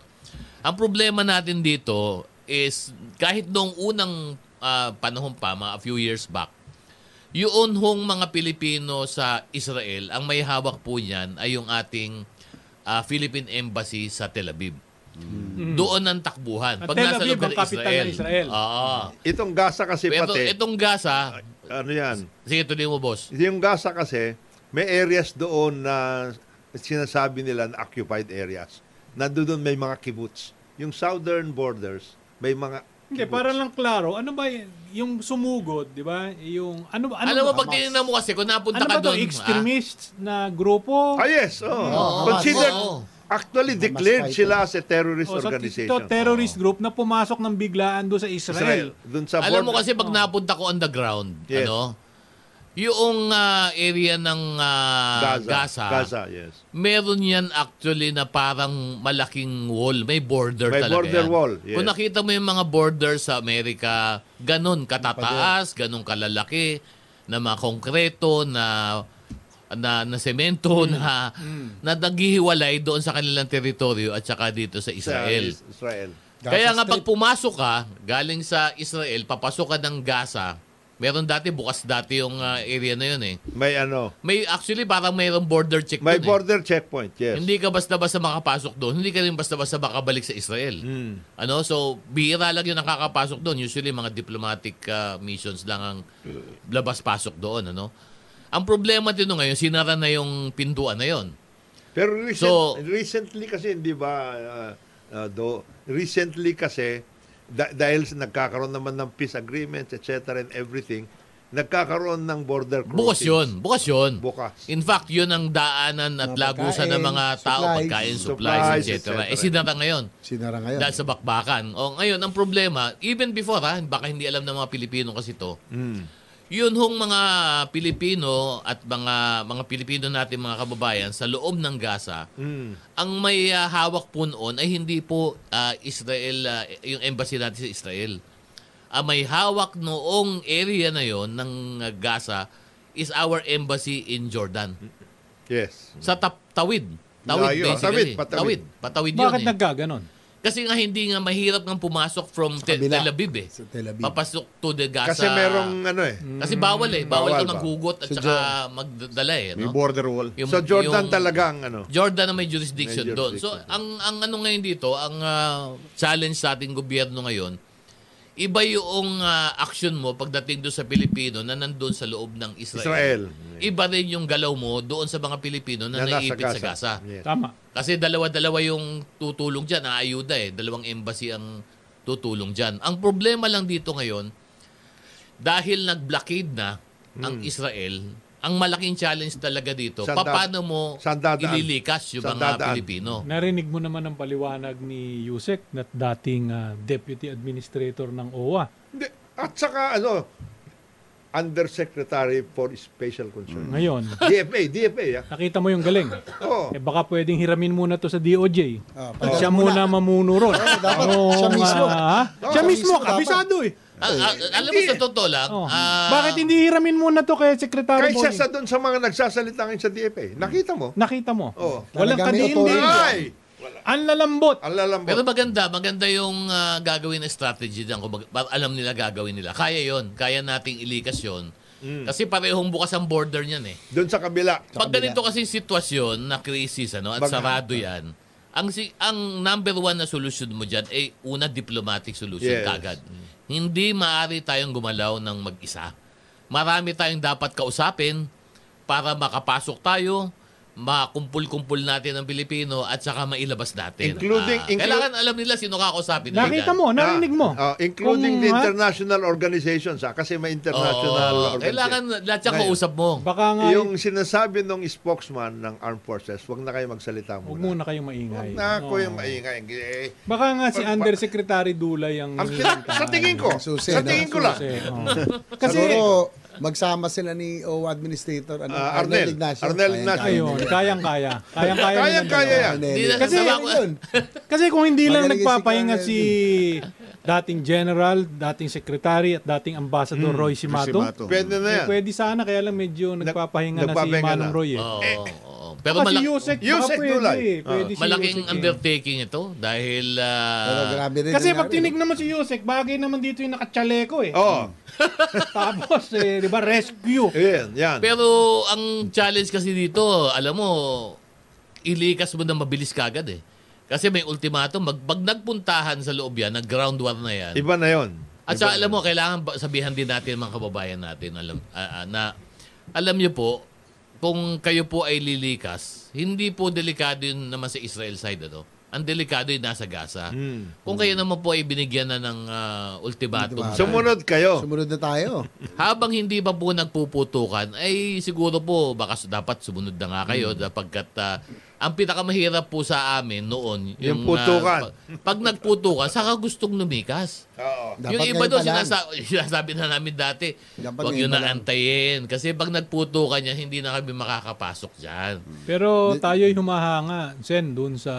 Ang problema natin dito is kahit noong unang ah, panahon pa, mga few years back, yun hong mga Pilipino sa Israel, ang may hawak po niyan ay yung ating ah, Philippine Embassy sa Tel Aviv. Doon ang takbuhan. Mm. At Tel Aviv ang capital ng Israel. Oo. Itong Gaza kasi Pero pati. itong Gaza, ano yan? sige tuloy mo boss. Yung Gaza kasi, may areas doon na sinasabi nila na occupied areas. Nandoon doon may mga kibbutz. Yung southern borders, may mga Hindi, kibbutz. para lang klaro, ano ba y- yung sumugod, di ba? Yung, ano, ba- ano, Alam mo, ba- pag tinignan mo kasi, kung ano napunta ba ka to, doon, ah, extremist na grupo? Ah, yes. Oh. Considered, oo. actually declared fighting. sila as a terrorist O, Oh, so, organization. Oh. ito, terrorist group na pumasok ng biglaan doon sa Israel. Israel. Doon sa alam mo border. kasi pag napunta ko on the ground, Yes. ano, yung ah, area ng ah, Gaza. Gaza, Gaza, yes. meron yan actually na parang malaking wall. May border May talaga border yan. wall, yes. Kung nakita mo yung mga border sa Amerika, ganun katataas, ganun kalalaki, na mga konkreto, na na na semento na na naghihiwalay doon sa kanilang teritoryo at saka dito sa Sa Israel. Is- Israel. Gaza Kaya nga pag Strip. pumasok ka galing sa Israel, papasok ka ng Gaza. Meron dati bukas dati yung ah, area na yun eh. May ano, May actually parang mayroong border check may dun, eh. border checkpoint, yes. Hindi ka basta-basta makapasok doon. Hindi ka rin basta-basta makabalik sa Israel. Hmm. Ano? So, bihira lang yung nakakapasok doon. Usually, mga diplomatic ah, missions lang ang labas-pasok doon. Ano? Ang problema din nung ngayon, sinara na yung pintuan na yon. Pero recent, So- recently kasi, hindi ba, uh, uh, do, recently kasi, da- dahil sa nagkakaroon naman ng peace agreements, etc. and everything, nagkakaroon ng border crossings. Bukas yun. Bukas yun. Bukas. In fact, yun ang daanan at Mga lagusan ng pagkain, mga tao, supplies. pagkain, supplies, Supplies, etc. etc. Eh, sinara ngayon. Sinara ngayon. Dahil sa bakbakan. O ngayon, ang problema, even before ha, baka hindi alam ng mga Pilipino kasi to, Mm. yun hong mga Pilipino at mga mga Pilipino natin mga kababayan sa loob ng Gaza, Mm. ang may ah, hawak po noon ay hindi po ah, Israel, ah, yung embassy natin sa Israel. Ang may hawak noong area na yon ng ah, Gaza is our embassy in Jordan. Yes. Sa tap- Tawid. Tawid, Layo. ah. basically. Tawid, patawid. Tawid, patawid yun Bakit eh. nagkaganon? Kasi nga hindi nga mahirap ng pumasok from Sa Te- kabila. Tel Aviv eh. Sa Tel Aviv. Papasok to the Gaza. Kasi merong ano eh. Kasi bawal eh. Bawal, ka Bawal ba? maghugot at Sa saka magdala eh. May No? border wall. Yung- so yung- Jordan talaga ang ano. Jordan na may jurisdiction, May doon. So, jurisdiction. ang ang ano ngayon dito, ang ah, challenge sa ating gobyerno ngayon, iba yung ah, action mo pagdating doon sa Pilipino na nandun sa loob ng Israel. Israel. Iba rin yung galaw mo doon sa mga Pilipino na, Na nasa naiipit sa Gaza. Gaza. Yes. Tama. Kasi dalawa-dalawa yung tutulong dyan, aayuda eh. Dalawang embassy ang tutulong dyan. Ang problema lang dito ngayon, dahil nag-blockade na ang Israel, ang malaking challenge talaga dito, Hmm. Saan da- paano mo saan dadaan? ililikas yung Saan mga dadaan? Hmm. Pilipino? Narinig mo naman ang paliwanag ni Yusek na dating ah, deputy administrator ng OWA. Hindi. At saka ano, Undersecretary for Special Concern. Ngayon, DFA, DFA. ah. nakita mo yung galing. Oo. Eh baka pwedeng hiramin muna to sa DOJ. Ah, At siya muna mamuno ron. dapat. Siya Anong, mismo. ah, siya Oo, siya mismo, mismo, kabisado eh. Ah, ah, alam mo sa totoo lang, Oh. ah, Bakit hindi hiramin muna to kay Secretary Kaysa sa Bonnie? doon sa mga nagsasalita ngayon sa DFA. Nakita mo? Nakita mo. Oo. Walang Talaga may kadiin-diin. authority. Ay! Ah, Ang lalambot. Ang lalambot. pero maganda, maganda yung ah, gagawin na strategy dyan. Kung alam nila gagawin nila. Kaya yon kaya nating ilikas yon Hmm. Kasi parehong bukas ang border niyan eh. Doon sa kabila. Pag ganito kasi sitwasyon na crisis ano at Bagha. sarado 'yan. Ang si ang number one na solusyon mo diyan ay una diplomatic solution Yes. kagad. Hindi maaari tayong gumalaw ng mag-isa. Marami tayong dapat kausapin para makapasok tayo, makumpul-kumpul natin ang Pilipino at saka mailabas natin. Including- Ah, inclu- kailangan alam nila sino kakausapin nila Nakita dyan. mo, Oh, narinig mo. Ah, including the Kung, ha? international organizations, ah, kasi may international Oo, organizations. kailangan lahat siya Ngayon, kausap mo. Baka nga, Yung sinasabi ng spokesman ng armed forces, huwag na kayo magsalita huwag muna muna. kayong maingay. Huwag na ako Oo. yung maingay. Eh, Baka nga si Undersecretary Dulay ang... Ang hinihintay. sa tingin ko, Susi, sa no? tingin ko lang. Kasi, oo. Kasi, Kasi, Siguro, magsama sila ni O Administrator ano, Ah, Arnel. Ignacio. Arnel Ayan, Ignacio. oh. ayun, kayang-kaya. Kayang-kaya. nila Kayang-kaya dalawa. yan. Arnel. Hindi na Kasi- sasama ko. Yun. Kasi kung hindi lang Magaling yung nagpapahinga si si dating general, dating secretary at dating Hmm, ambassador Roy Simato, Simato. Pwede na eh, yan. pwede sana kaya lang medyo nagpapahinga na si nagpapahinga Manong na. Roy. Eh. Oo, oo. Oh. Pero Baka si malak- Oh, Yusek, baka Yusek pwede Dulay. eh. Pwede si Yusek malaking eh. undertaking ito dahil Pero ah, grabe rin Kasi yun, pag Arnel. tinignan mo si Yusek, bagay naman dito yung nakachaleko eh. Oo, [laughs] Tapos, eh, di ba, rescue. yan, yan. Pero ang challenge kasi dito, alam mo, ilikas mo na mabilis kagad eh. Kasi may ultimatum, mag, pag nagpuntahan sa loob yan, nag-ground war na yan. Iba na yon. At saka alam mo, kailangan ba- sabihan din natin mga kababayan natin alam, ah, ah, na alam niyo po, kung kayo po ay lilikas, hindi po delikado yun naman sa Israel side ano. Ang delikado yun nasa Gaza. Hmm. Kung kayo naman po ay binigyan na ng ah, ultimatum. Ultimatum. Sumunod kayo. Sumunod na tayo. Habang hindi pa po nagpuputukan, ay siguro po baka su- dapat sumunod na nga kayo dapagkat ah, ang pinakamahirap po sa amin noon ah, Yung putukan. pag, pag nagputukan, saka gustong lumikas. Oo. Dapat Oh. yung iba ngayon doon pa lang. sinasa- [laughs] sinasabi na namin dati, Dapat huwag ngayon nyo pa lang. na antayin. Kasi pag nagputukan niya, hindi na kami makakapasok dyan. Pero tayo'y humahanga, Sen, dun sa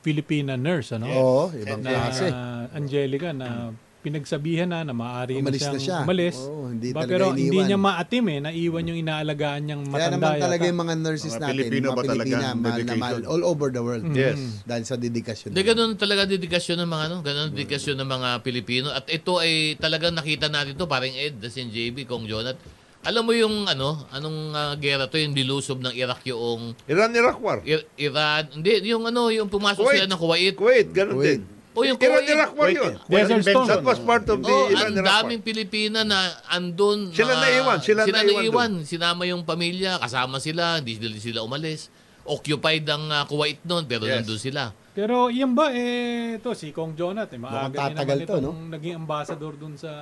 Filipina nurse, ano? Oh. Oo, ibang na klase. Angelica na pinagsabihan na na maaari na Umalis siyang na siya. umalis. Oo, hindi Ba, talaga pero iniwan. hindi niya maatim eh. Naiwan yung inaalagaan niyang Kaya matanda naman talaga yata. yung mga nurses Mga natin, Pilipino mga ba talaga Pilipina, ang mahal na mahal, dedication? all over the world. Mm. Yes. Dahil sa dedikasyon. Hindi, ganun talaga dedikasyon ng mga ano, ganun dedikasyon ng mga Pilipino. At ito ay talagang nakita natin to parang Ed, the sin JB, Kong Jonat. Alam mo yung ano, anong ah, gera to, yung dilusob ng Iraq yung Iran-Iraq war. Ir- Iran, hindi, yung ano, yung pumasok Kuwait. sila ng Kuwait. Kuwait, ganun Kuwait. din. O yung Kuwait. Iran-Iraq war yun. Desert Storm. That was part of the Oh, ang Iran-Iraq war. daming Pilipina na andun. Sila mga- naiwan, sila naiwan naiwan. Sinama yung pamilya, kasama sila, hindi sila, sila umalis. Occupied ang ah, Kuwait noon, pero Yes. nandun sila. Pero iyan ba, eh, to si Kong Jonat, eh, maaga Mukhang niya tatagal naman to, itong no? naging ambassador dun sa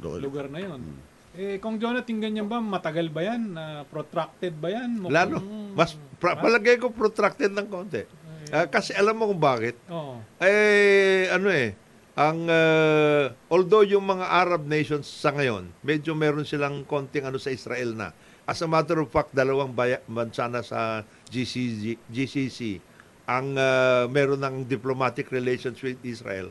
Doon. lugar na yon. Eh, Kong Jonat, tingnan niya ba, matagal ba yan? Na protracted ba yan? Mukhang- Lalo, mas pra- palagay ko protracted ng konti. Ah, kasi alam mo kung bakit? Oo. Eh, ano eh, ang ah, although yung mga Arab nations sa ngayon, medyo meron silang konting ano sa Israel na. As a matter of fact, dalawang baya, bansa na sa GCC, GCC ang ah, meron ng diplomatic relations with Israel.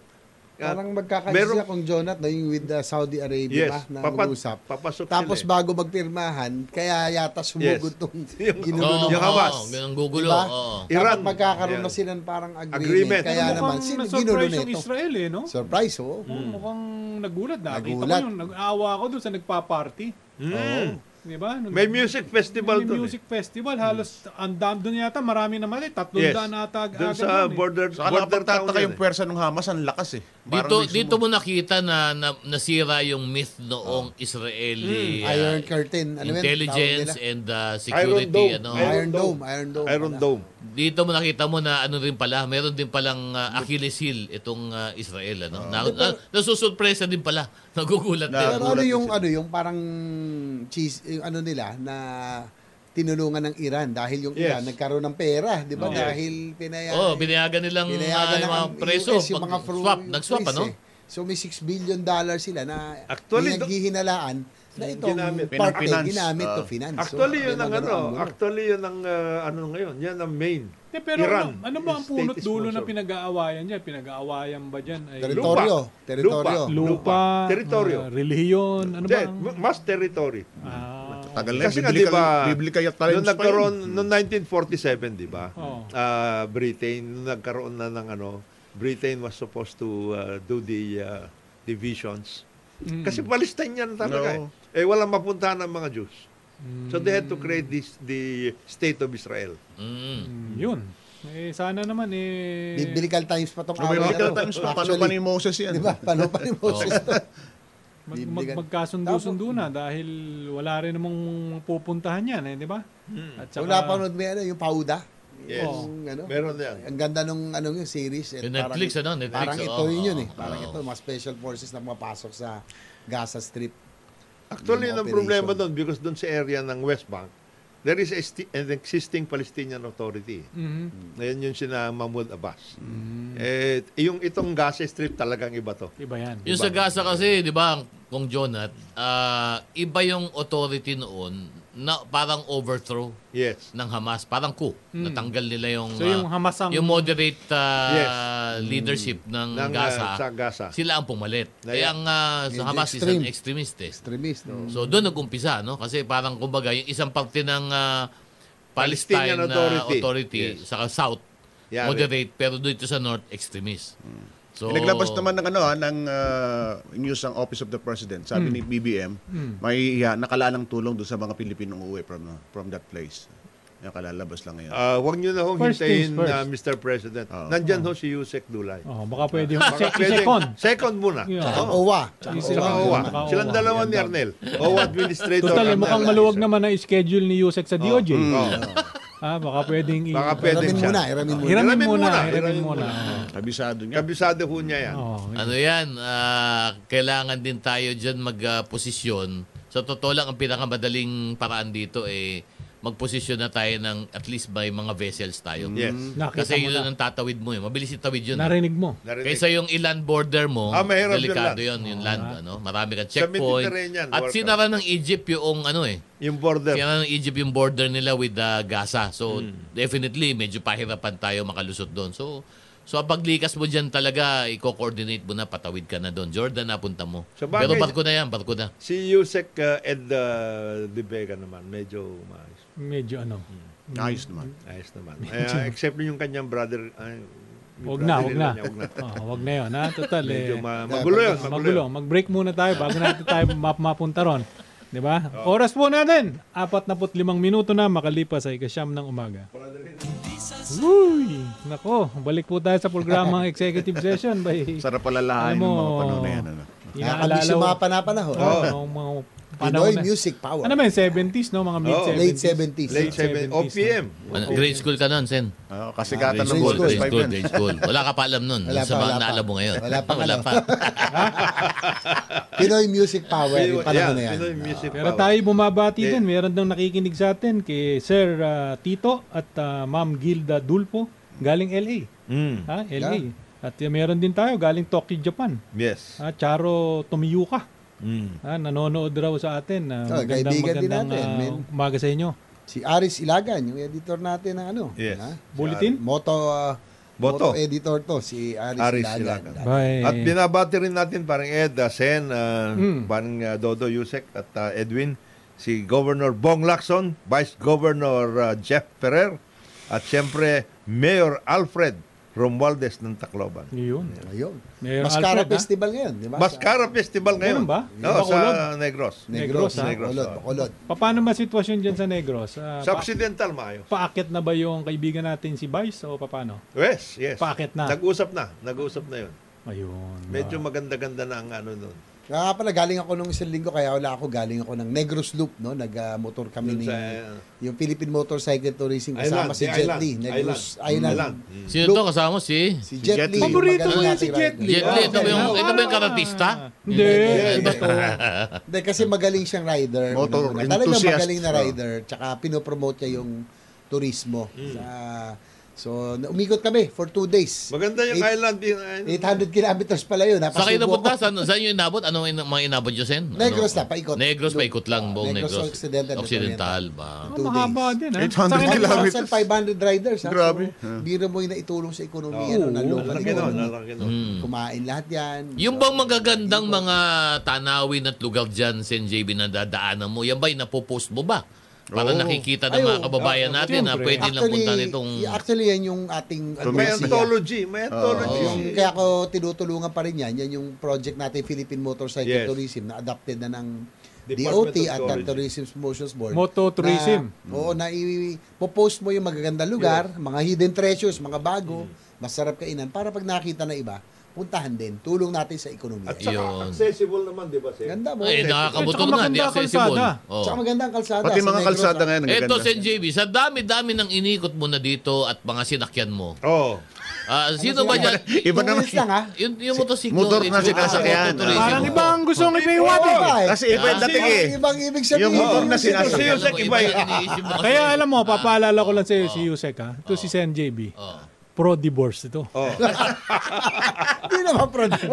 Ah, Parang magkakaisa meron- siya kung Jonat na yung with uh, Saudi Arabia Yes, ba, na papa- nag-usap. papasok Tapos sila eh. bago magpirmahan, kaya yata sumugod Yes. tong [laughs] Yung- ginulo Oo. ng Yung Hamas. ganang gugulo. Diba? oo. Iran. Dapat magkakaroon na Ayan. sila ng parang agreement. Agreement. Kaya Mukhang naman, sino ginulo na-surprise Ano yung nito? Israel Hmm. eh, no? Surprise, oh. Hmm. oo. Oo, Mukhang nagulat. Nakita Nagulat. ko yung nag-aawa ako doon sa nagpa-party. Mm. Di ba? Nung- May music festival eh. May doon. music festival. Halos ang dam doon yata. Marami naman eh. Tatlong Yes. daan ata ag- Doon agad sa yun eh. border, Saka border town nakapagtataka yun eh. yung pwersa ng Hamas, ang lakas eh. Dito, dito mo nakita na, na nasira yung myth Oh. noong Israeli ah, Hmm. Iron Curtain. Ano yun? intelligence Tawag nila. and ah, Iron Dome. security. Ano. Iron Iron Dome. Dome. Iron eh. Dome. Iron Wala. Dome. Dito mo nakita mo na ano rin pala, meron din palang ah, Achilles heel itong ah, Israel. Ano? Oh. na, na, nasusurpresa din pala. [laughs] Nagugulat din. Pero ano yung, ano yung parang cheese, yung ano nila na tinulungan ng Iran dahil yung Yes. Iran nagkaroon ng pera, di ba? Dahil pinaya Oo, oh, binayagan nilang Pinayagan ah, ng yung mga preso. US yung pag- mga fru- swap, nag-swap, freeze, ano? eh. So may 6 billion dollar sila na Actually, do- pinaghihinalaan na itong Ginamit. part ay Pinang-finance. ginamit to Ah. finance. So, Actually, yun yun ang ang ano. ang gulo. Actually, yun ang ah, ano ngayon. Yan ang main. Hindi, pero Iran. ano, ano ba ang State punot is dulo na sponsor. pinag-aawayan dyan? Pinag-aawayan ba dyan? Ay, Territory. Lupa. Teritoryo. Teritoryo. Lupa. lupa, Teritoryo. ah, relihiyon, ano ba? Hindi, ang- mas territory. Ah, Tagal na, Kasi nga, di biblical, ba, biblical yung times noong pa yun. nagkaroon, noong 1947, di ba, Oo. ah, Britain, noong nagkaroon na ng ano, Britain was supposed to ah, do the ah, divisions. hmm. Kasi Palestine yan talaga No. eh. Eh, walang mapuntahan ng mga Hmm. eh. Jews. So they had to create this the state of Israel. Mm. mm, yun. Eh, sana naman eh... Biblical times pa tong Biblical na to. times pa, paano Actually, pa ni Moses yan? [laughs] Di ba? Paano pa ni Moses to? Mag, Bibigyan. mag- magkasundo-sundo na dahil wala rin namang pupuntahan yan eh, di ba? Hmm. At saka, Wala pa nun may ano, yung Pauda. Yes. Yung, ano, Meron yan. ang ganda nung ano yung series. eh, Yung parang- Netflix, ano? Netflix, Parang oo, ito yun oo, yun eh. oo. Parang ito, mga special forces na mapasok sa Gaza Strip. Actually, Yung yun ang operation. problema doon because doon sa area ng West Bank, there is a sti- an existing Palestinian Authority. Hmm. Mhm. Ngayon yung sina Mahmoud Abbas. Eh, yung itong Gaza Strip talagang iba to. Iba yan. Yung sa Gaza kasi, di ba, kung Jonat, ah, iba yung authority noon na parang overthrow Yes. ng Hamas. Parang coup. Natanggal nila yung, So, yung ah, Hamas ang- yung moderate ah, Yes. leadership Hmm, ng, Ng, ah, Gaza. sa Gaza. Sila ang pumalit. Na Kaya yan. ang ah, sa Medyo Hamas is extreme. an extremist eh. Extremist, no? So doon nag-umpisa, no? Kasi parang kumbaga yung isang parte ng ah, Palestine Palestinian na Authority. Authority, Yes. sa South, Yari. moderate, pero dito sa North, extremist. So, Naglabas naman ng ano, ah, ng ah, news ang Office of the President. Sabi ni BBM, may uh, nakalalang tulong doon sa mga Pilipinong uuwi from ah, from that place. Nakalalabas lang ngayon. Ah, huwag nyo na hong First things hintayin first. na Mr. President. Oo. Nandyan ho si Yusek Dulay. Oh, baka pwede yung Baka check, pwedeng- check on. Second muna. Yeah. Oo. Tsaka Owa. Tsaka Tsaka Owa. OWA. Tsaka Silang OWA. dalawa ni Arnel. OWA Administrator. Total, eh, Arnel. mukhang maluwag naman ang schedule ni Yusek sa DOJ. Oo. Ah, baka pwedeng... i- Oh. Baka pwede Iramin siya. muna, iramin muna. Hiramin Hiramin muna, muna, hiramin hiramin muna. Kabisado niya. Kabisado ho niya yan. Oh, ano yan, ah, kailangan din tayo dyan magposisyon. sa totoo lang, ang pinakamadaling paraan dito eh, magposisyon na tayo ng at least may mga vessels tayo. Mm. Yes. nakita Kasi mo yun na. ang tatawid mo. Eh. Mabilis itawid yun. eh. Narinig mo. Narinig. Kaysa yung ilan border mo, Ah, mahirap yung delikado land. yun, yung Ah. land. Ano? Marami kang Sa checkpoint. Mediterranean, At workout. sinara ng Egypt yung ano eh. Yung border. Sinara ng Egypt yung border nila with uh, Gaza. So definitely, medyo pahirapan tayo makalusot doon. So, so paglikas mo dyan talaga, i-coordinate mo na, patawid ka na doon. Jordan, napunta mo. Sa bagay- Pero barko na yan, barko na. Si Yusek uh, Ed uh, De Vega naman, medyo maayos, Medyo ano. Ayos naman. ayos naman. [laughs] Eh, except yung kanyang brother. ay, yung Huwag na, brother huwag nila na. [laughs] niya, Huwag na. Oh, huwag na yun, ha? Total, Medyo eh. ma- magulo yun. Magulo. Magulo. yun. Mag-break muna tayo bago natin tayo map mapunta ron. Di ba? Oras po natin. 45 minuto na makalipas sa ikasyam ng umaga. Uy! Nako, balik po tayo sa [laughs] programang executive session. By, Sarap pala Alam lahain ng mo, mga panahon na yan. Ano? Nakakabig sa mga panapanahon. Oo, ang mga panahon Pinoy na- music power. Ano ba yun? 70s, no? Mga Oo. mid-70s. Late 70s. Late 70s. 70s. OPM. Ano, grade school ka noon, Sen. Oo, kasikatan Grade ng School, school, Voltes grade Five school, yan. grade school. Wala ka pa alam noon. Wala sa pa, mga wala pa. naalam mo ngayon. Wala pa, [laughs] Wala ano. pa. Pinoy music power. Yung panahon na Yeah, yan. Pinoy music Pero power. tayo bumabati Yeah. din. Meron daw nakikinig sa atin kay Sir ah, Tito at ah, Ma'am Gilda Dulpo galing LA. Mm. Ha? LA. At ah, meron din tayo galing Tokyo, Japan. Yes. Ha? Charo Tomiyuka. Mm. Ha? Nanonood raw sa atin. Ah, Oh, magandang kaibigan din magandang natin, ah, men. umaga sa inyo. Si Aris Ilagan, yung editor natin ng ano. Yes. ha? Bulletin? Moto, ah, Boto. moto editor to, si Aris, Aris Ilagan. Ilagan. Bye. At binabati rin natin parang Ed, uh, Sen, uh, Mm. parang uh, Dodo Yusek at uh, Edwin, si Governor Bong Lacson, Vice Governor uh, Jeff Ferrer, at siyempre Mayor Alfred Romualdez ng Tacloban. Yun. Ayun. Mayor Mascara Alfred, ha? Festival ngayon, di ba? Mascara Festival ngayon. Ganun ba? Oo, sa Bacolod? Negros. Negros, Negros, ha? Negros. Bacolod, Bacolod. Paano ba sitwasyon dyan sa Negros? Ah, Sa pa- Occidental, maayos. paakit na ba yung kaibigan natin si Vice o paano? Yes, yes. Paakit na. Nag-usap na. Nag-usap na yun. Ayun. ah. Medyo maganda-ganda na ang ano nun. Kaya pala, galing ako nung isang linggo, kaya wala ako, galing ako ng Negros Loop, no? Nag-motor kami ni... Dun sa, yung Philippine Motorcycle Tourism kasama Island, si the Jet island, Li. Negros Island. Island. Mm. Sino to kasama mo? Si? Si Jet Jet Li. Li. Paborito Magaling mo yan nating si Jet rider. Li. Jet Li, Ah, ito ba yung, okay. ito ba yung karatista? Hindi. Iba to. Hindi, kasi magaling siyang rider. Motor Una-una. Talagang enthusiast. magaling na rider. Tsaka pinopromote niya yung turismo. Hmm. Sa, so, na- umikot kami for two days. Maganda yung Eight- island. Yung, ano, 800 kilometers pala yun. Sa kayo Napasubo napunta? ako. Saan, saan yung inabot? Ano yung mga inabot nyo, Sen? Ano? Negros na, paikot. Negros, Loop. paikot lang. Buong Negros, Negros. Occidental and Occidental ba? Ah, Two mahaba days. din, ha? 800 Sa akin, kilometers. 1,500 riders. ha? Grabe. So, biro mo yung naitulong sa ekonomiya Oo. no, ng local Malaki nun, economy. malaki nun. Mm. Kumain lahat yan. Yung bang magagandang mga tanawin at lugar dyan, Sen JB, na dadaanan mo, yan ba'y napopost mo ba? Para nakikita ng Ay, mga oo. kababayan natin na Siyempre. pwede lang punta nitong... y- Actually, yan yung ating May advocacy. anthology. May anthology. Yung, kaya ko tinutulungan pa rin yan. Yan yung project natin, Philippine Motorcycle Yes. Tourism, na adapted na ng Department DOT of at Tourism. the Tourism Promotions Board. Mototourism. Na, oo, na i-post mo yung magagandang lugar, mga hidden treasures, mga bago, Mm. masarap kainan para pag nakita na iba, puntahan din. Tulong natin sa ekonomiya. At saka Yun. accessible naman, di ba, sir? Ganda mo. Ay, Eh, nakakabuto Tsaka na. Hindi maganda accessible. kalsada. Oo. Tsaka maganda ang kalsada. Pati Sa mga Negros, kalsada ah. ngayon, ang Eto, gaganda. Sen JB, sa dami-dami ng inikot mo na dito at mga sinakyan mo, Oo. ah, sino ba dyan? Iba naman. Tourist lang, ah. Yung, yung motosiklo. motor na it's- sinasakyan. motor tourism. Parang iba ang gusto ng ipaiwat eh. Oo, Kasi iba Ah. yung dating eh. Ang ibang ibig sabihin. Yung motor ibang na ibig sinasakyan. Kasi sabihin. yung sa iba eh. iniisip mo kasi. Kaya alam mo, Ah, papaalala ko lang sa si Yusek ha. Ito si Sen JB. oo. Pro-divorce ito. Hindi naman produce. [laughs]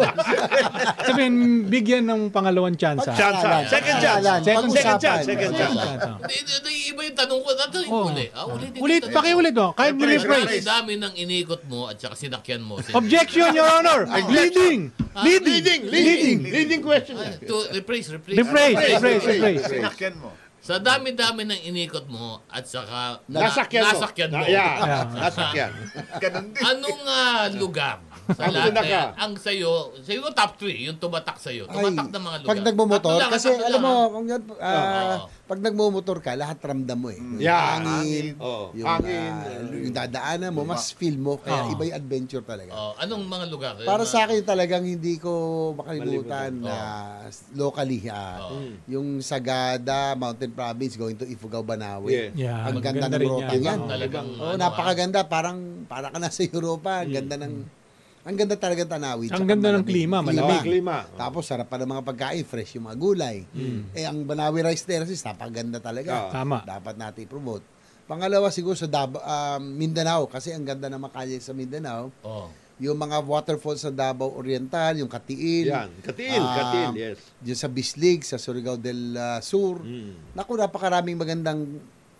Sabihin, bigyan ng pangalawang chance. ah. Chance. Second chance. Second Second chance. ah. Pag-usapan. Second chance. Hindi, hindi, hindi, Iba yung tanong ko. Ano yung Oo. uli? Ah, ulit. Oh. Ulit, pakiulit mo. Kahit Ang niliphrase. dami ng inikot mo at saka sinakyan Oh. mo. Sen. Objection, Your Honor. Leading. Leading. Leading. Leading question. Ah, to- rephrase, rephrase. Rephrase, rephrase, rephrase. Sinakyan mo. Sa dami-dami ng inikot mo at saka na- Nasakyan mo. nasakyan mo. Na- Yeah. Yeah. [laughs] Nasakyan. Ganun din. Anong ah, lugar? Sa Ang lahat na sinaka. yan, ang sa'yo, siguro top 3, yung tumatak sa'yo. Ay, Tumatak na mga lugar. Pag nagmumotor, Tatlo lang, kasi tatlo lang, alam mo, ha? kung yan, ah, Oo. pag nagmumotor ka, lahat ramdam mo eh. Yung Mm. Yeah. Hangin, Oo. yung, Hangin. ah, yung dadaanan Diba? mo, mas feel mo, Oo. kaya iba yung adventure talaga. Oh, anong mga lugar? Para Yung mga- sa akin talagang hindi ko makalimutan na locally ah, Hmm. yung Sagada, Mountain Province going to Ifugao, Banawe. Yeah. Yeah, Ang ganda maganda ng rin rota yan. ah. niyan. Oo. Talagang, Oo, ano, napakaganda, parang para ka na sa Europa, Hmm. ang ganda ng ang ganda talaga ng tanawin. Ang tsaka ganda ng malamig. klima, Hmm. Malamig. Malamig. Lima. Tapos sarap pa ng mga pagkain, fresh yung mga gulay. Eh ang Banawi Rice Terraces, napakaganda talaga. Ah. Tama. Dapat natin i-promote. Pangalawa siguro sa Dab- ah, Mindanao kasi ang ganda ng mga kalye sa Mindanao. Oh. Yung mga waterfalls sa Davao Oriental, yung Katiil, Yan. Katil. Ah, Katil. Yes. yung sa Bislig, sa Surigao del ah, Sur. Mm. Naku, napakaraming magandang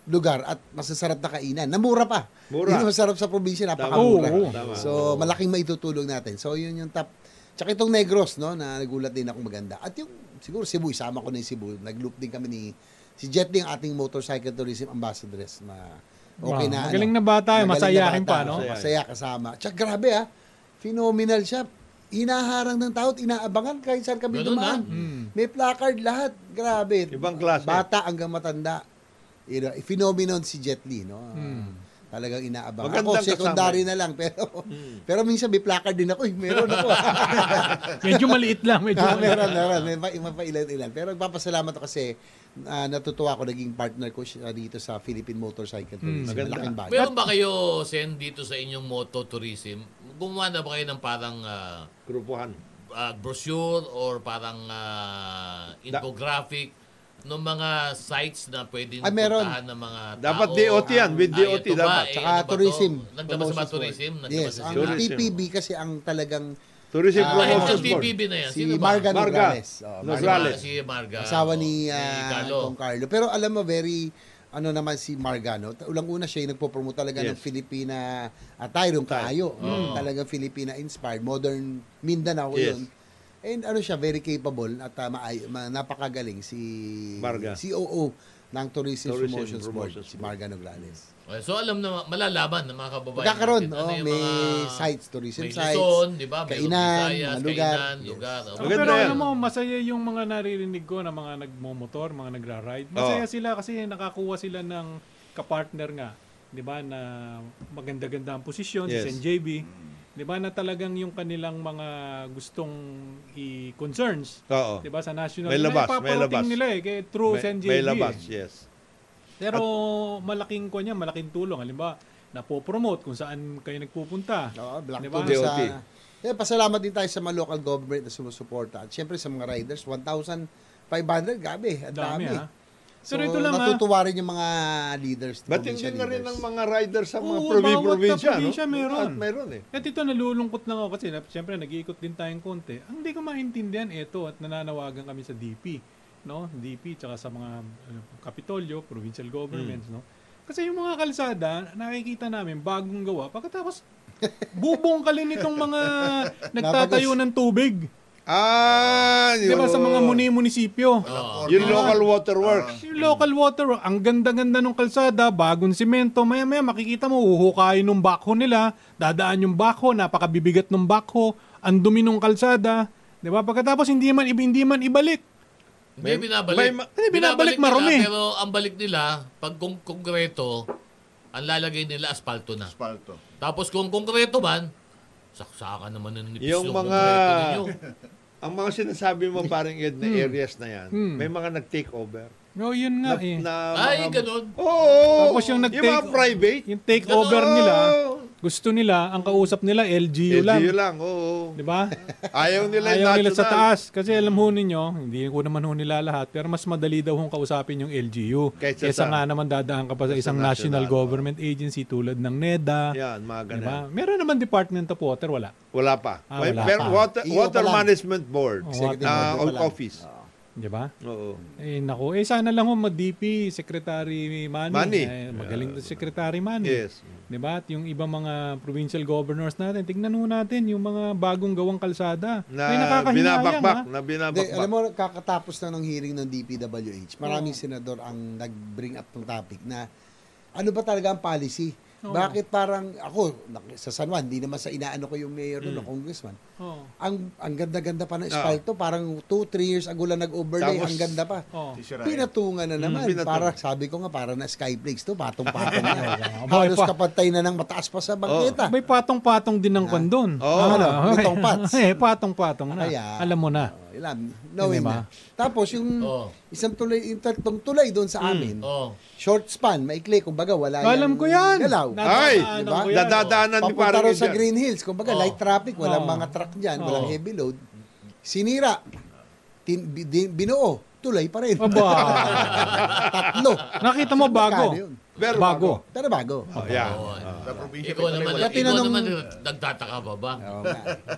lugar at masasarap na kainan. Na mura pa. Mura. Yun ang masarap sa probinsya, Tama, oo, napakamura. tama. So, malaking maitutulong natin. So, yun yung top. Tsaka itong Negros, no, na nagulat din ako maganda. At yung, siguro Cebu, isama ko na yung Cebu. Nag-loop din kami ni, si Jet din ating motorcycle tourism ambassadress. Ma, okay Wow, na. ano? magaling na bata yun, Magaling na masayahin bata, pa, no? Masaya kasama. Tsaka grabe, ah. Phenomenal siya. Hinaharang ng tao at inaabangan kahit saan kami Ganun, dumaan. ah. May placard lahat. Grabe. Ibang klase. Bata hanggang matanda. You know, phenomenon si Jet Li, no? Ah, Hmm. Talagang inaabangan. Magandang Hmm. ako, secondary na lang. Pero, pero minsan may placard din ako. eh. Meron [laughs] ako. [laughs] Medyo maliit lang. Medyo Ah, maliit. meron, meron. May pa, may pa ilan-ilan. Pero nagpapasalamat ako kasi ah, natutuwa ako naging partner ko siya dito sa Philippine Motorcycle Hmm. Tourism. maganda. Malaking bagay. Meron ba kayo, Sen, dito sa inyong moto tourism? Gumawa na ba kayo ng parang ah, Grupuhan. ah, brochure or parang ah, infographic ng mga sites na pwedeng Ah, meron. puntahan ng mga tao? Dapat DOT yan, with Ah, DOT ito ba, dapat. eh, Tsaka ano ba to? tourism. Nagdabas sa Promotions ba tourism? Nagdabas Yes, sa ang tourism. TPB kasi ang talagang Tourism Ah, Kahit Promotion yung Board. TPB na yan. si sino ba? Marga Marga. Nograles. Oh, Si Nograles. Marga. Mar- Si Marga. Asawa oh, ni si ah, Carlo. Kong Carlo. Pero alam mo, very ano naman si Margano. Ulang-una siya yung nagpo-promote talaga ng Yes. Filipina atay, yung kaayo. Talaga Filipina-inspired. Modern Mindanao Yes. yun. And ano siya, very capable at uh, maay- ma- napakagaling si Marga. COO ng Tourism, Tourism Promotions, Promotions Board, si Margano Nograles. Okay, Eh, So alam na, malalaman ng mga kababayan. Magkakaroon, natin, ano oh, yung may mga- sites, tourism may sites, Luzon, di ba? May kainan, Visayas, mga lugar. Kainan, Yes. lugar. oh. Maganda pero yan. alam mo, masaya yung mga naririnig ko na mga nagmomotor, mga nagra-ride. Masaya Oo. sila kasi nakakuha sila ng kapartner nga, 'di ba, na maganda-ganda ang posisyon Yes. si SNJB. 'Di ba na talagang yung kanilang mga gustong i-concerns, Diba? Oo. 'di ba sa national Oh. May nila, labas, may ipaparating labas. nila eh kay through May- SNJB. May eh. labas. Yes. Pero malaking kunya, malaking tulong halimbawa napopromote kung saan kayo nagpupunta. Oo, black Diba? to sa... DOT. Eh, pasalamat din tayo sa mga local government na sumusuporta. At syempre sa mga riders, 1,500, gabi. Ang dami. Dami, ha. So, Pero ito lang ah. ha. natutuwa rin yung mga leaders. But provincial hindi na rin leaders. ng mga rider sa mga Oo, probi- bawat na probinsya. no? probinsya meron. At meron eh. At ito, nalulungkot lang ako kasi na, siyempre nag-iikot din tayong konti. Ang hindi ko maintindihan ito at nananawagan kami sa DP, no? DP tsaka sa mga ano, Kapitolyo, provincial governments, no? Kasi yung mga kalsada, nakikita namin bagong gawa. Pagkatapos, [laughs] bubongkalin itong [laughs] mga nagtatayo ng tubig. Ah, Di ba sa mga muni Ah. munisipyo? Ah. Oh. Yung local waterworks. Yung local water, ang ganda-ganda ng kalsada, bagong simento, maya-maya makikita mo, huhukayin ng backhoe nila, dadaan yung backhoe, napakabibigat ng backhoe, ang dumi ng kalsada, di ba? Pagkatapos hindi man, hindi man ibalik. Hindi binabalik. may ma- Hindi, binabalik marumi. nila, Pero ang balik nila, pag kung kongreto, ang lalagay nila asfalto na. Asfalto. Tapos kung kongreto man, saksakan naman ng nipis Yung yung, mga- kongreto [laughs] ninyo. Ang mga sinasabi mo parang Ed, Hmm. na areas na yan, may mga nag-take over. No, yun nga Na, eh. na Ay, Ah, mga- ganun. Oo. Tapos yung nag-take- mga private. Oh. Yung takeover Ganun. nila, gusto nila, ang kausap nila, LGU, LGU Eh, lang. lang. oo. Di ba? Ayaw nila yung Ayaw nila sa national. taas. Kasi alam ho ninyo, hindi ko naman ho nila lahat, pero mas madali daw hong kausapin yung LGU. Kaysa Kesa sa- nga naman dadaan ka pa sa isang national, national, government agency tulad ng E NEDA. Yan, mga Di ganun. ba? Diba? Meron naman Department of Water, wala. Wala pa. Ah, May- wala pero pa. Oh, Water, Iyo pa water lang. Management Board. Oo, Executive water. board Water pa lang. office. Ah. Di ba? Oo. Eh, naku. Eh, sana lang ho, ma-DP, Secretary Manny. Manny. diba? Eh, magaling to si Secretary Manny. Yes. Di ba? At yung ibang mga provincial governors natin, tignan ho natin yung mga bagong gawang kalsada. Na Ay, nakakahinayang, binabakbak. ha? Na Hindi, binabakbak. alam mo, kakatapos na ng hearing ng DPWH, maraming senador ang nag-bring up ng topic na ano ba talaga ang policy? Bakit parang ako, nak- sa San Juan, hindi naman sa inaano ko yung mayor mm. congressman. Oo. Ang ang ganda-ganda pa ng espalto, parang 2-3 years ago lang nag-overlay, Tapos- ang ganda pa. Oo. Sisirain. Pinatungan Mm, na naman. pinatungan. Para sabi ko nga, para na Skyflakes [laughs] to, patong-patong na. Boy, Halos pa- Oh. kapatay na ng mataas pa sa bangketa. May patong-patong din ng kondon. Oo. Ano, may tongpats. Ah, [laughs] eh, patong-patong na. Kaya, Alam mo na. Oh, ilan, knowing Hindi ba? Oh. na. Tapos yung Oo. isang tulay, yung tatlong tulay doon sa amin, Oh. short span, maikli, kumbaga wala Mm. Alam yung ko yan. Ah, galaw. Nadadaanan Ay! ko Diba? yan. Dadadaanan ni Papunta parang rin sa yan. Green Hills, kumbaga Oh. light traffic, walang Oo. mga truck dyan, Oo. walang heavy load. Sinira, Tin, bi- din- binuo, tulay pa rin. Aba. [laughs] Tatlo. Nakita mo bago. Magkano yun? [laughs] Pero bago. Pero bago. Oh, yeah. Oo. Sa probinsya Ikaw naman, Kaya ikaw tinanong- naman, nagtataka pa ba? Oo nga.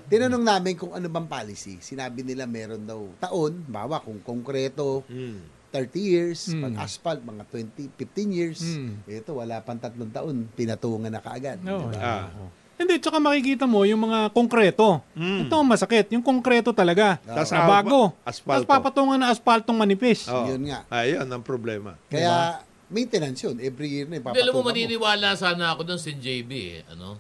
Tinanong namin kung ano bang policy. Sinabi nila meron daw taon, bawa kung konkreto, Hmm. 30 years, Mm. pag asphalt, mga 20, 15 years. Mm. Ito, wala pang tatlong taon, pinatungan na kaagad. Oo. eh. Diba? Ah. Hindi, tsaka makikita mo yung mga konkreto. Hmm. Ito ang masakit. Yung konkreto talaga. Tas na bago. Tapos asfalto. papatungan na aspaltong manipis. Oo. Yun nga. Ayun ang problema. Kaya, maintenance yun. Every year na Hindi, alam mo, ipapatungan mo. maniniwala sana ako doon si JB eh. Ano?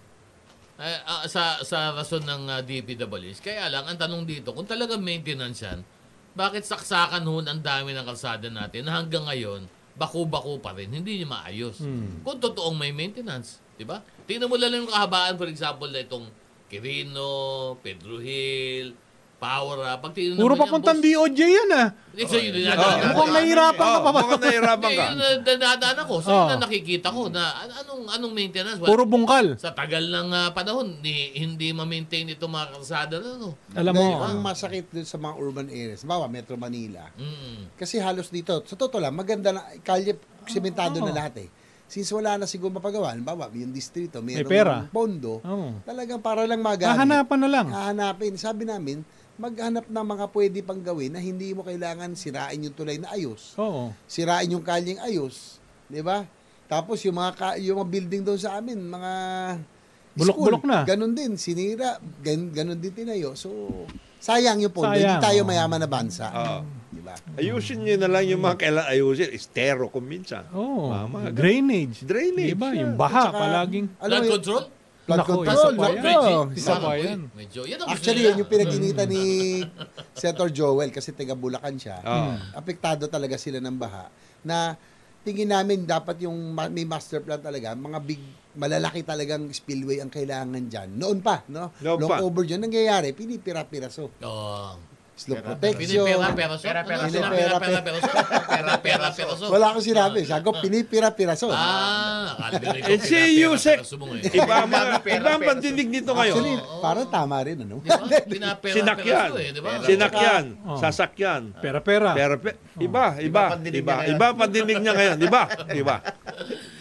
Ay, ah, sa, sa rason ng ah, DPWH. Kaya lang, ang tanong dito, kung talagang maintenance yan, bakit saksakan ho ang dami ng kalsada natin na hanggang ngayon, bako-bako pa rin, hindi niya maayos. Kung totoong may maintenance, di ba? Tingnan mo lang yung kahabaan, for example, na itong Quirino, Pedro Hill, Power Up. Pag tingnan Puro mo yan, papuntang boss, DOJ yan ah. it's a- yun, yun, Oo. yun, Mukhang nahihirapan ka Oo, Ah, pa. Mukhang nahihirapan ka. [laughs] yun, yun, dadaanan ako. So, Oo. yun na nakikita ko na an- anong, anong maintenance. Wala- Puro bungkal. sa tagal ng ah, panahon, ni, hindi ma-maintain ito mga kalsada na, no? Alam mo. ah. Dahil ah. ang masakit dun sa mga urban areas, bawa Metro Manila, Mm. kasi halos dito, sa totoo lang, maganda na, kalye, simentado Ah, na lahat eh. Since wala na siguro mapagawa, bawa yung distrito, May mayroong pera. Ah. pondo, Oo. talagang para lang magamit. Hahanapan na lang. Ah. hahanapin. Sabi namin, maghanap ng mga pwede pang gawin na hindi mo kailangan sirain yung tulay na ayos. Oo. Sirain yung kalyeng ayos, 'di ba? Tapos yung mga ka- yung mga building doon sa amin, mga Bulok-bulok school, na. Ganun din sinira, gan, ganun din tinayo. So sayang yung pondo, Sayang, hindi tayo oh. mayaman na bansa, Oo. 'di ba? Ayusin nyo na lang yung mga kailangan ayusin. Estero kung minsan. Oo. Mama, Drainage. Drainage, Diba? yeah. Yung baha Tsaka, palaging. alam Flood mo yun, control? flood Nako, control. isa pa yan. nako, Medyo- isa isa pa. pa. Uy, yan. Medyo, yan ang gusto Actually, nila. yun yung pinag-inita ni Senator Joel kasi taga Bulacan siya. Hmm. Oo. apektado talaga sila ng baha na tingin namin dapat yung ma- may master plan talaga mga big malalaki talagang spillway ang kailangan dyan noon pa no Noon long pa. over dyan nangyayari pinipira-piraso Oh. slope Pinipera, protection pero so? Pera, pera, Pera, pera, pera, pera, pera, so? Pera, pera, pera, so? wala akong sinabi sabi ko pinipira-piraso Ah, akala ko rin Eh, ito, si pera, pera, Yusek. pera, so mo eh. Iba ang mga, iba ang pandinig nito ngayon. actually parang tama rin ano Di ba? Pinapera, pera, Sinakyan. so eh, di ba? Sinakyan. Oo. Sasakyan. Pera-pera. Pero pe- Oh. iba, iba, iba, iba ang pandinig niya ngayon. Iba, iba.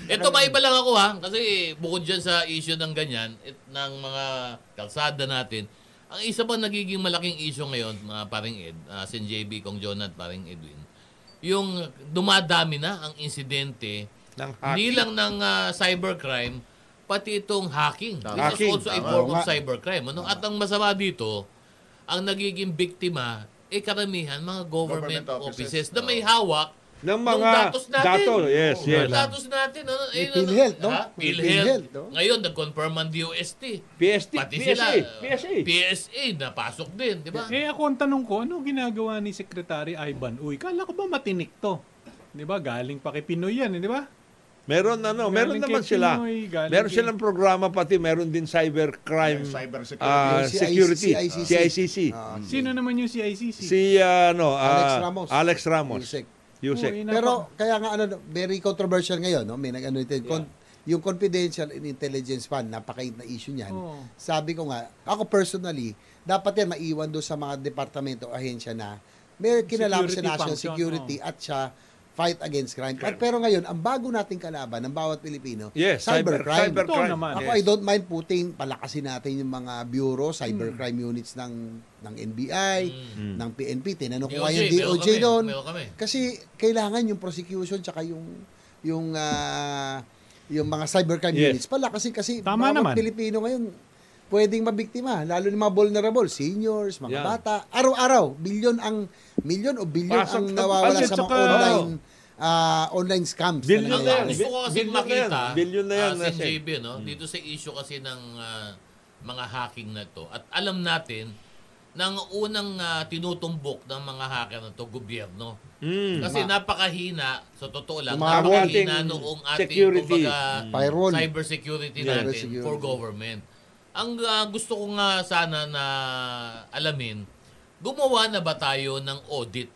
Ito may iba lang ako ha, kasi bukod dyan sa issue ng ganyan, it, ng mga kalsada natin, ang isa pa nagiging malaking issue ngayon, mga paring Ed, ah, Sen JB, Kong Jonat, paring Edwin, yung dumadami na ang insidente, Ng hindi hacking. lang ng ah, cybercrime, pati itong hacking. This Hacking. is also a Tama. form of Tama. cybercrime. Ano? At ang masama dito, ang nagiging biktima, eh karamihan mga government, Government offices. offices, na may hawak Ng Nung mga datos natin. dato, yes, Nung yes. datos natin. Ano, May eh, PhilHealth, no? Ha? May PhilHealth. PhilHealth, no? Ngayon, nag-confirm ang DOST. PST, Pati PSA, sila. PSA. PSA, napasok din, di ba? Eh ako ang tanong ko, ano ginagawa ni Secretary Ivan Uy? Kala ko ba matinik to? Di ba? Galing pa kay Pinoy yan, eh, di ba? Meron ano, meron Galing naman kay sila. Pinoy, galing meron kay- silang programa pati, meron din cyber crime Yeah, cyber security. ah, Yung CIC, security, CICC. CICC. Ah, Sino naman yung CICC? Si ah, ano, Alex ah, Ramos. Alex Ramos. Yusek. Yusek. Uy, napa- Pero kaya nga ano, very controversial ngayon, no? May nag-ano ito, eh, con- yung confidential in intelligence fund, napakait na issue niyan. Oo. Sabi ko nga, ako personally, dapat yan maiwan doon sa mga departamento o ahensya na may kinalaman sa Security national function, security at sa fight against crime. At pero ngayon, ang bago nating kalaban ng bawat Pilipino, Yes, cyber, cybercrime. Ito cybercrime. naman. Ako, I don't mind puting palakasin natin yung mga bureau, cybercrime Mm. units ng ng NBI, ng PNP. Tinanong DOJ, ko nga yung meron DOJ kami, doon. meron kami. Kasi kailangan yung prosecution tsaka yung yung ah, yung mga cybercrime Yes. units pala kasi kasi Tama bawat naman. Pilipino ngayon pwedeng mabiktima lalo ng mga vulnerable seniors, mga Yan. bata. Araw-araw bilyon ang milyon o bilyon Pasok ang na- nawawala Pasok sa mga tsaka- online ah, online scams. na Bilyon na yan. nangyayari. Gusto ko kasi Billion na makita, yan. Billion na yan, Hmm. ah, si nasa- JB, no? dito sa issue kasi ng ah, mga hacking na to. At alam natin, nang unang ah, tinutumbok ng mga hacker na to, gobyerno. Mm. Kasi napakahina, sa totoo lang, Yung mga napakahina ating noong ating security. kumbaga, Firewall. cyber security Yeah. natin Cybersecurity. for government. Ang ah, gusto ko nga sana na alamin, gumawa na ba tayo ng audit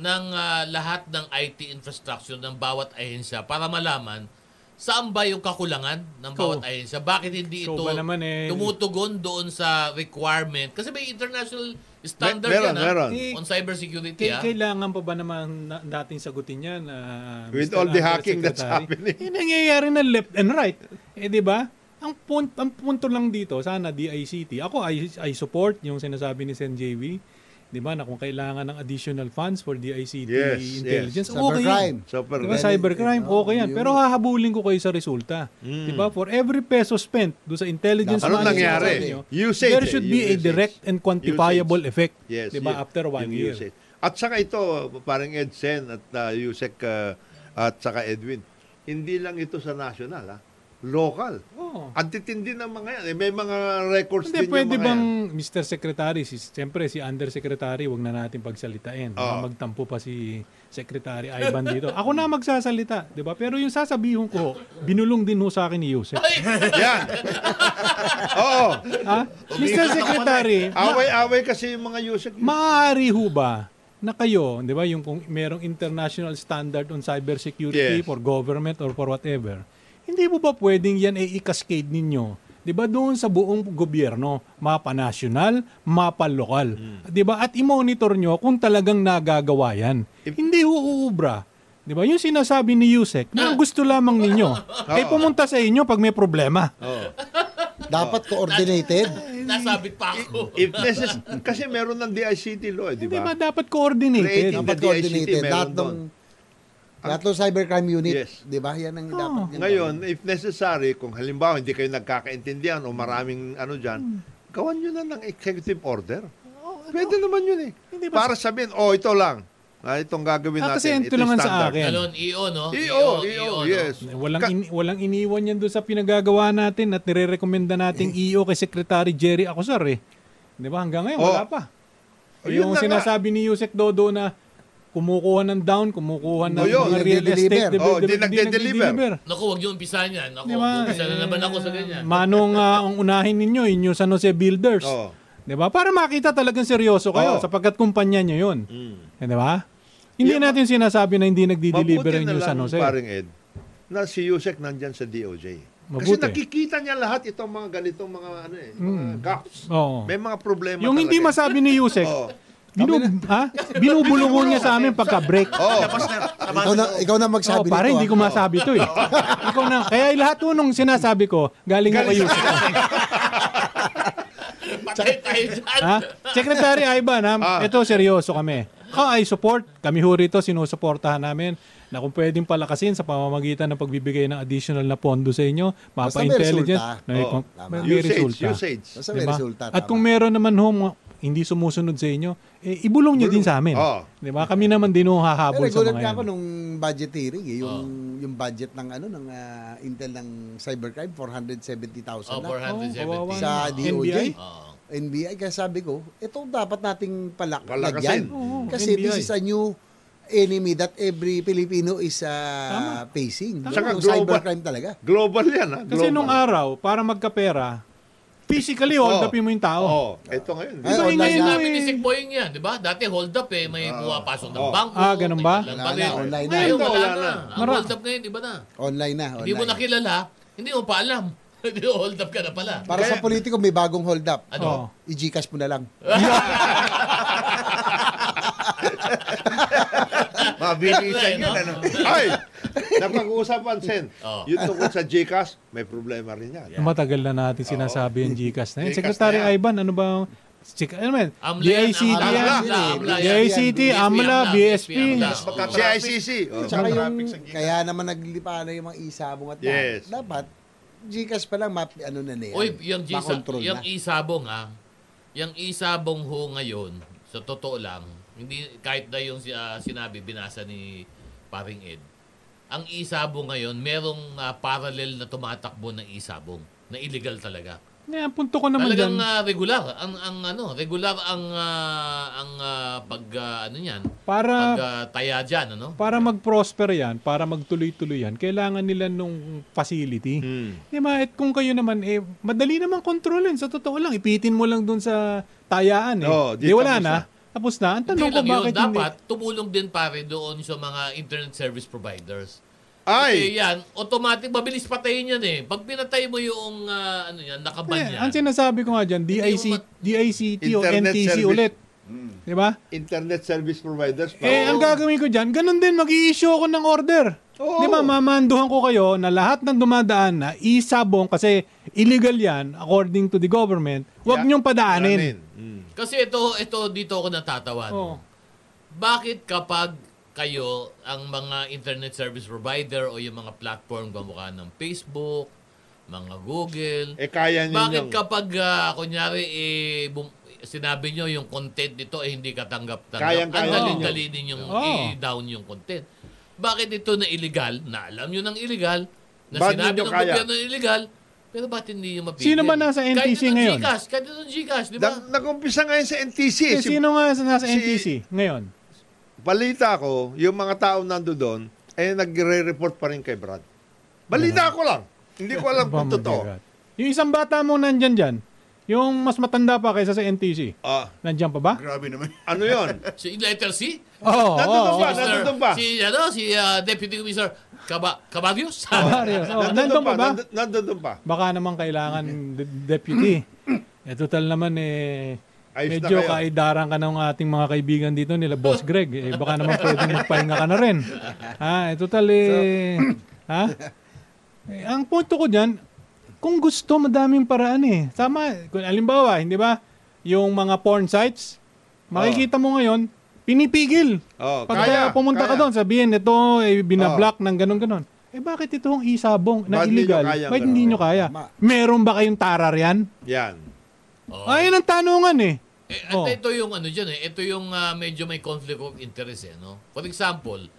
ng ah, lahat ng IT infrastructure ng bawat ahensya para malaman saan ba yung kakulangan ng Oo. bawat ahensya? Bakit hindi So ito ba naman eh? tumutugon doon sa requirement? Kasi may international standard Me- meron, yan, ah, meron. Eh, on cybersecurity. K- ah. Kailangan pa ba naman na- natin sagutin yan? ah, Mr. With all the Under hacking that's Secretary? happening. Eh, nangyayari na left and right. Eh, di ba? Ang, punt, ang punto lang dito, sana DICT. Ako, I, I support yung sinasabi ni Sen JV. Di ba? Na kung kailangan ng additional funds for DICT Yes, intelligence. yes. Okay Cybercrime. yan. Super. Diba, cybercrime, okay yan. Pero hahabulin ko kayo sa resulta. Hmm. Diba, for every peso spent do sa intelligence Anong management Ano nangyari? ninyo, Usage, there should be a usage. direct and quantifiable Usage. effect. Yes. diba, yun. after one Yung year. usage. At saka ito, parang Edsen at uh, Yusek uh, at saka Edwin, hindi lang ito sa national, ha? local. Oo. Ang titindi ng mga yan. Eh, May mga Oh. records Hindi, din pwede yung mga bang yan. Mr. Secretary, si, siyempre si Undersecretary, wag na natin pagsalitain. Baka Oo. Magtampo pa si Secretary Ivan dito. Ako na magsasalita, di ba? Pero yung sasabihin ko, binulong din ho sa akin ni Yusef. Yan. [laughs] Oo. ha? Mr. Ah, Secretary, Away-away kasi yung mga Yusek. maaari ho ba na kayo, di ba, yung kung merong international standard on cybersecurity Yes. for government or for whatever, hindi mo ba pwedeng yan ay i-cascade ninyo? Di ba doon sa buong gobyerno, mapa national, mapa lokal. Hmm. Di ba? At i-monitor nyo kung talagang nagagawa yan. hindi ho uubra. Di ba? Yung sinasabi ni Yusek, na ang gusto lamang [laughs] ninyo. ay pumunta sa inyo pag may problema. Oh. Dapat coordinated. Nasabit pa ako. If necess- kasi meron ng DICT law, eh, di Di ba? ba? Dapat coordinated. Creative. Dapat DICT coordinated. meron eh, Lahat ng lahat ng cybercrime unit, Yes. 'di ba? Yan Ah. ang dapat. yan. Ngayon, if necessary, kung halimbawa hindi kayo nagkakaintindihan o maraming Hmm. ano dyan, gawan nyo na ng executive order. Pwede naman yun eh. Hindi ba- Para sabihin, oh, ito lang. Ah, itong gagawin Ah, natin. kasi ito yung lang ang sa standard." Ano? E akin. Galon, EO, E no? EO, EO, E no? yes. Walang Ka- ini- walang iniwan yan doon sa pinagagawa natin at nirerekomenda Mm. nating EO kay Secretary Jerry Acosar eh. 'Di ba? Hanggang ngayon wala Oh. pa. Oh, yun yung na nga. sinasabi ni Yusek Dodo na kumukuha ng down, kumukuha ng Oh, yun. mga real Nagde-deliver. estate Oh, development, di nagde-deliver. nagde-deliver. Naku, wag yung umpisahan yan. Naku, Di ba? umpisahan Oh, na Eh, naman ako sa ganyan. Manong ah, ang unahin ninyo, inyo San Jose Builders. Oo. 'Di ba? Para makita talagang seryoso kayo Oo. sapagkat kumpanya nyo 'yun. Mm. Eh, 'Di ba? Hindi Yung- natin sinasabi na hindi nagdi-deliver Mabuti ang na inyo San lang, Jose. paring Ed, na si Yusek nandyan sa DOJ. Kasi Mabuti. Hmm. nakikita niya lahat itong mga ganitong mga ano eh, mga gaps. Oo. May mga problema Yung hindi talaga eh. masabi ni Yusek, Oo. binu ha? binubulungon niya sa amin pagka-break. eh. Oh, Tapos na, tapos Ikaw na, ikaw na Oh, magsabi pare, nito, hindi ah. ko masabi ito eh. Ikaw na. Kaya lahat po nung sinasabi ko, galing ko kay Yusek. [laughs] Patay tayo dyan. ha? Secretary Ivan, ha? Ah. ito seryoso kami. Ako ay support. Kami ho rito, sinusuportahan namin na kung pwedeng palakasin sa pamamagitan ng pagbibigay ng additional na pondo sa inyo, Basta may mapa-intelligence, resulta. may, Oo, eh, kung- tama. may usage, resulta. usage. Basta may Diba? resulta. At tama. kung meron naman ho, mga- hindi sumusunod sa inyo, eh, ibulong nyo din sa amin. Oo. Di ba? Kami naman din ho Eh, hahabol sa nagulat mga nga ako yan. nung budget hearing eh, yung Oh. yung budget ng ano ng ah, Intel ng cybercrime 470,000 Ah, Oh, na 470. Oh, kawawa sa Ano? DOJ. NBI? Oo. NBI kaya sabi ko, ito dapat nating palak- palagyan. Palakasin. Oo, Kasi NBI. this is a new enemy that every Filipino is ah, facing. Tama. Tsaka Yung global- cybercrime talaga. Global yan, ha? Kasi Global. nung araw, para magkapera, physically hold Oo. upin mo yung tao. Oo. Ito Oh, [laughs] Ay, ngayon. Iba yung online ngayon na. mo Sabi ni eh. Sik Boyeng yan, di ba? Dati hold up eh, may pumapasok ng Oh. bangko. Ah, ganun may ba? dalang Wala na, baril. online na. Ngayon, Wala wala na. na. Ang Mara- hold up ngayon, iba na. Online na. Hindi mo online. nakilala, hindi mo paalam. [laughs] Hindi mo hold up ka na pala. Para sa politiko, may bagong hold up. Oo. Ano? I-Gcash mo na lang. Mabilisan Ano? yan. Ano? Ay! Napag-uusapan, Sen. Oo. Yung tungkol sa GCash, may problema rin yan. Matagal na natin sinasabi yung Gcash na yun. Gcash Secretary na yan. Ivan, ano ba? Sik- ano man? Amla yan, DICT amla, yan. amla, amla yan. DICT, BSP, AMLA, BSP. amla. Yes, Oo. CICC. Oh. Tsaka yung, traffic sa Gcash. kaya naman naglipa na yung mga isabong at lahat. Yes. Dapat, Gcash pa lang, map, ano na na yan. Uy, yung, Gisa, Makontrol yung na. isabong ha, yung isabong ho ngayon, sa totoo lang, hindi, kahit na yung si- ah, sinabi, binasa ni paring Ed, ang isabong ngayon, merong ah, parallel na tumatakbo ng isabong na illegal talaga. Yeah, ang punto ko Ano naman dyan. Talagang ah, regular ang ang ano, regular ang ah, ang ah, pag ah, ano niyan, Para- pag ah, taya diyan, ano? Para mag-prosper yan, para magtuloy-tuloy yan, kailangan nila nung facility. Hmm. Di ba? Eh, At kung kayo naman, eh, madali naman kontrolin. Sa totoo lang, ipitin mo lang dun sa tayaan. Eh. Oo, di di wala tapos na. na. Tapos na. Ang Hindi tanong ko lang yun, bakit hindi? dapat tumulong din pare doon sa mga internet service providers. Kasi Ay! yan, automatic, mabilis patayin yan eh. Pag pinatay mo yung, ah, ano yan, nakaban Eh, yan. ang sinasabi ko nga dyan, DIC, mo mat- DICT o Internet NTC service. Mm. ulit. Di ba? Internet service providers. Eh, ang gagawin ko dyan, ganun din, mag issue ako ng order. Oo. Di ba, mamanduhan ko kayo na lahat ng dumadaan na isabong kasi illegal yan according to the government, huwag Yeah. niyong padaanin. Hmm. Kasi ito, ito, dito ako natatawa. Oo. no? Bakit kapag kayo, ang mga internet service provider o yung mga platform kamukha ng Facebook, mga Google, Eh, kaya ninyo. Bakit kapag, ah, kunyari, eh, bum- sinabi nyo yung content nito eh, hindi katanggap-tanggap. Ang Kayang-kaya ninyo. dali-dali ninyong Oo. i-down yung content. Bakit ito na illegal, na alam nyo ng illegal, na Bakit sinabi ninyo ng kaya? gobyerno illegal, pero bakit hindi nyo mapigil? Sino ba nasa NTC kahit ngayon? Kahit Gcash, kahit ito ng Gcash, di ba? Nag- Nag-umpisa ngayon sa NTC. Eh, Si- sino nga sa- nasa si- NTC ngayon? Balita ko, yung mga tao nando doon, eh nagre-report pa rin kay Brad. Balita ko lang. Hindi ko alam kung Oh my totoo. God. Yung isang bata mong nandyan dyan, yung mas matanda pa kaysa sa NTC, Ah, nandyan pa ba? Grabe naman. ano yon? Si letter C? Oo, oh, Nandun oo. pa ba? oo. Mr. nandun ba? Si, ano, si ah, Deputy Commissioner Caba- Cabagios? Marius, oo, nandun pa ba? Nandun- Nandun pa. Baka naman kailangan de- [clears throat] deputy. Eh, total naman eh, Ayos na medyo kayo. kaidaran ka ng ating mga kaibigan dito nila, Boss Greg. Eh, baka naman pwedeng magpahinga ka na rin. Ha, eh, total eh, ha? Eh, ang punto ko dyan, kung gusto, madaming paraan eh. Tama, kung alimbawa, hindi ba, yung mga porn sites, makikita mo ngayon, pinipigil. Oh, Pag kaya, uh, pumunta ka kaya. Oh. doon, sabihin, ito, eh, binablock ng ganun-ganun. Eh bakit itong isabong na Bakit hindi illegal? nyo kaya ang bakit hindi ganun? nyo kaya? Tama. Meron ba kayong tarar yan? Yan. Oo. Ayun ang tanungan eh. Eh, Oh. At ito yung ano dyan eh, ito yung ah, medyo may conflict of interest eh, no? For example,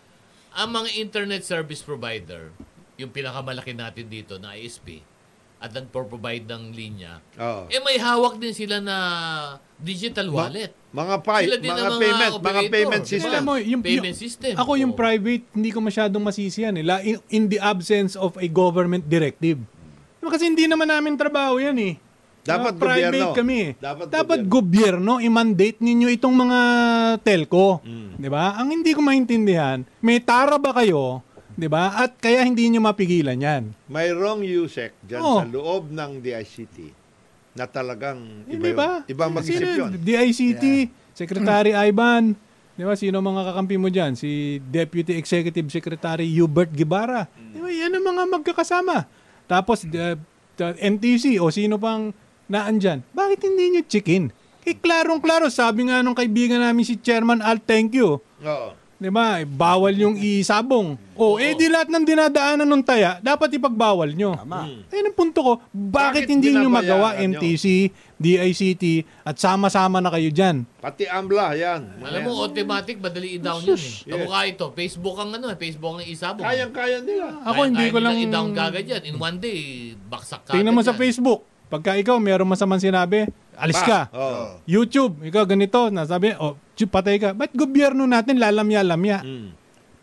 ang mga internet service provider, yung pinakamalaki natin dito na ISP, at nagpo-provide ng linya, Oh. eh may hawak din sila na digital wallet. Mga pay, Sila din mga, ang mga payment, mga operator, payment di ba? system. Alam mo, yung, Payment yung- system. Ako yung Oo. private, hindi ko masyadong masisi yan eh. La- In, in the absence of a government directive. Diba Kasi hindi naman namin trabaho yan eh. Mga Dapat private gobyerno. kami. eh. Dapat gobyerno. i-mandate ninyo itong mga telco. Mm. 'Di ba? Ang hindi ko maintindihan, may tara ba kayo, 'di ba? At kaya hindi niyo mapigilan 'yan. Mayroong USEC dyan Oo. sa loob ng DICT na talagang iba Hindi ba? yun. Iba mag-isip Sino- yun. DICT, Secretary Ivan, di ba? Sino mga kakampi mo dyan? Si Deputy Executive Secretary Hubert Guevara. Di ba? Yan ang mga magkakasama. Tapos, uh, the NTC o sino pang naan dyan. Bakit hindi nyo chicken? Eh, klarong-klaro. Sabi nga nung kaibigan namin si Chairman Al, thank you. Oo. 'Di ba? Bawal yung isabong. O, eh di lahat ng dinadaanan ng taya, dapat ipagbawal nyo. Tama. Ayun ang punto ko. Bakit, Bakit hindi nyo magawa binabayaan nyo? MTC, DICT, at sama-sama na kayo dyan? Pati AMLA, yan. Alam mo, automatic, madali i-down yun eh. Kamukha ito, Facebook ang ano eh, Facebook ang isabong. Kayang-kaya nila. Ako hindi ko lang... i-down kagad yan. In one day, baksak kagad Tingnan mo sa yan. Facebook. Pagka ikaw, mayroong masamang sinabi, alis ka. Ah, oo. YouTube, ikaw ganito, nasabi, oh, chu- patay ka. Ba't gobyerno natin lalamya-lamya?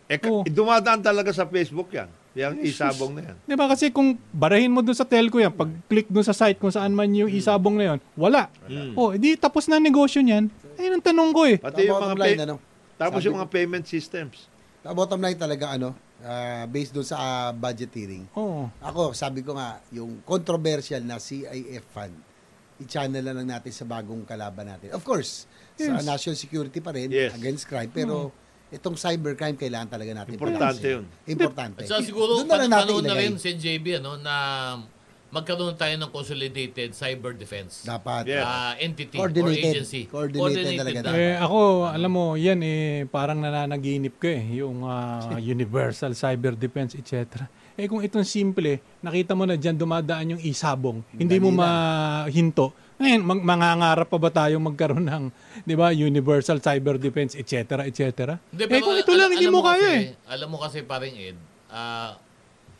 Eh, ka- Oo. dumadaan talaga sa Facebook yan. Yang isabong na yan. Di ba kasi kung barahin mo dun sa telco yan, pag-click dun sa site kung saan man yung isabong na yun, wala. O, edi tapos na ang negosyo niyan. Ayun ang tanong ko eh. Pati yung mga Bottom line, pay- ano? tapos Sabi yung ko- mga payment systems. Bottom line talaga, ano? ah, based doon sa ah, budgeteering. Oo. Ako, sabi ko nga, yung controversial na CIF fund, i-channel na lang natin sa bagong kalaban natin. Of course, sa Yes. Hmm. national security pa rin, Yes. against crime, pero itong cybercrime kailangan talaga natin. Importante palasin. yun. Importante. At saka siguro, Doon pan- natin panahon na ilagay. rin, Sen. JB, ano, na magkaroon tayo ng consolidated cyber defense Dapat. Yeah. ah, entity or Coordinated. agency. Coordinated talaga dapat. Eh, ako, alam mo, yan eh, parang nananaginip ko eh, yung ah, universal cyber defense, etc. Eh kung itong simple, nakita mo na dyan dumadaan yung isabong, hindi mo mahinto. Ngayon, mag- mangangarap pa ba tayo magkaroon ng, di ba, universal cyber defense, etc., etc.? Hindi, eh pero kung ito al- lang, hindi alam mo kaya kasi, eh. Alam mo kasi paring Ed, ah,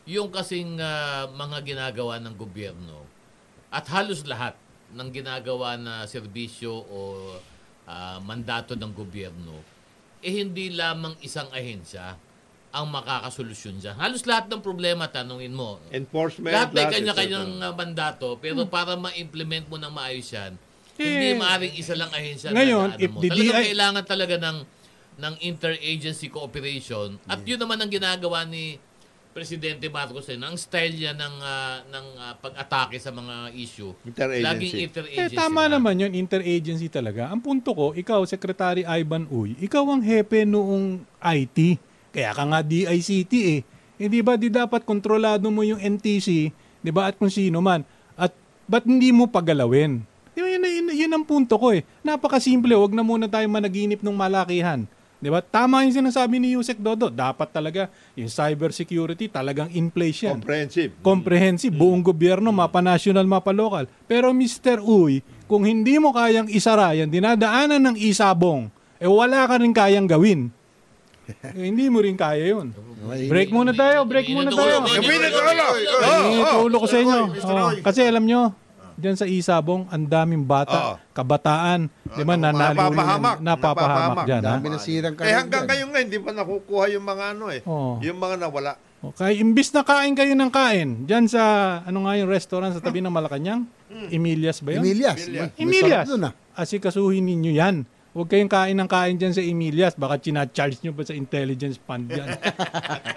yung kasing ah, mga ginagawa ng gobyerno at halos lahat ng ginagawa na serbisyo o ah, mandato ng gobyerno, eh hindi lamang isang ahensya ang makakasolusyon dyan. Halos lahat ng problema, tanungin mo. Eh, Enforcement. Lahat may lahat, kanya-kanyang etc. uh, mandato, pero Hmm. para ma-implement mo ng maayos yan, hindi maaring isa lang ahensya na Eh, Ngayon, daanan if mo. the Talagang DI kailangan talaga ng ng interagency cooperation at yun naman ang ginagawa ni Presidente Marcos eh, ang style niya ng ah, ng ah, pag-atake sa mga issue. Interagency. Laging Eh, interagency. tama na. naman yun, interagency talaga. Ang punto ko, ikaw, Secretary Ivan Uy, ikaw ang hepe noong IT. Kaya ka nga DICT eh. Eh, di ba, di dapat kontrolado mo yung NTC, di ba, at kung sino man. At ba't hindi mo pagalawin? Di ba, yun, yun, yun ang punto ko eh. Napakasimple, wag na muna tayo managinip ng malakihan. Di ba? Tama yung sinasabi ni Yusek Dodo. Dapat talaga yung cybersecurity talagang in place yan Comprehensive. comprehensive, buong gobyerno, mapa national, mapa local. Pero Mr. Uy, kung hindi mo kayang isara yan, dinadaanan ng isabong, eh wala ka rin kayang gawin. Eh, hindi mo rin kaya yun. Break muna tayo, break muna tayo. Inutulo ko, inutulo ko. Inutulo ko sa inyo. Oo, kasi alam nyo, dyan sa isabong, ang daming Oo. bata, kabataan, di ba, nanalo napapahamak napapahamak, napapahamak. dyan. ha? Dami nasirang Eh hanggang dyan. ngayon nga, hindi pa nakukuha yung mga ano eh. Oo. Yung mga nawala. Okay, imbis na kain kayo ng kain, dyan sa, ano nga yung restaurant sa tabi ng Malacanang, Emilias ba yun? Emilias. Emilias. Emilias, Doon ah. na. asikasuhin ninyo yan. Huwag kayong kain ng kain dyan sa Emilias. Baka chinacharge nyo pa sa intelligence fund dyan.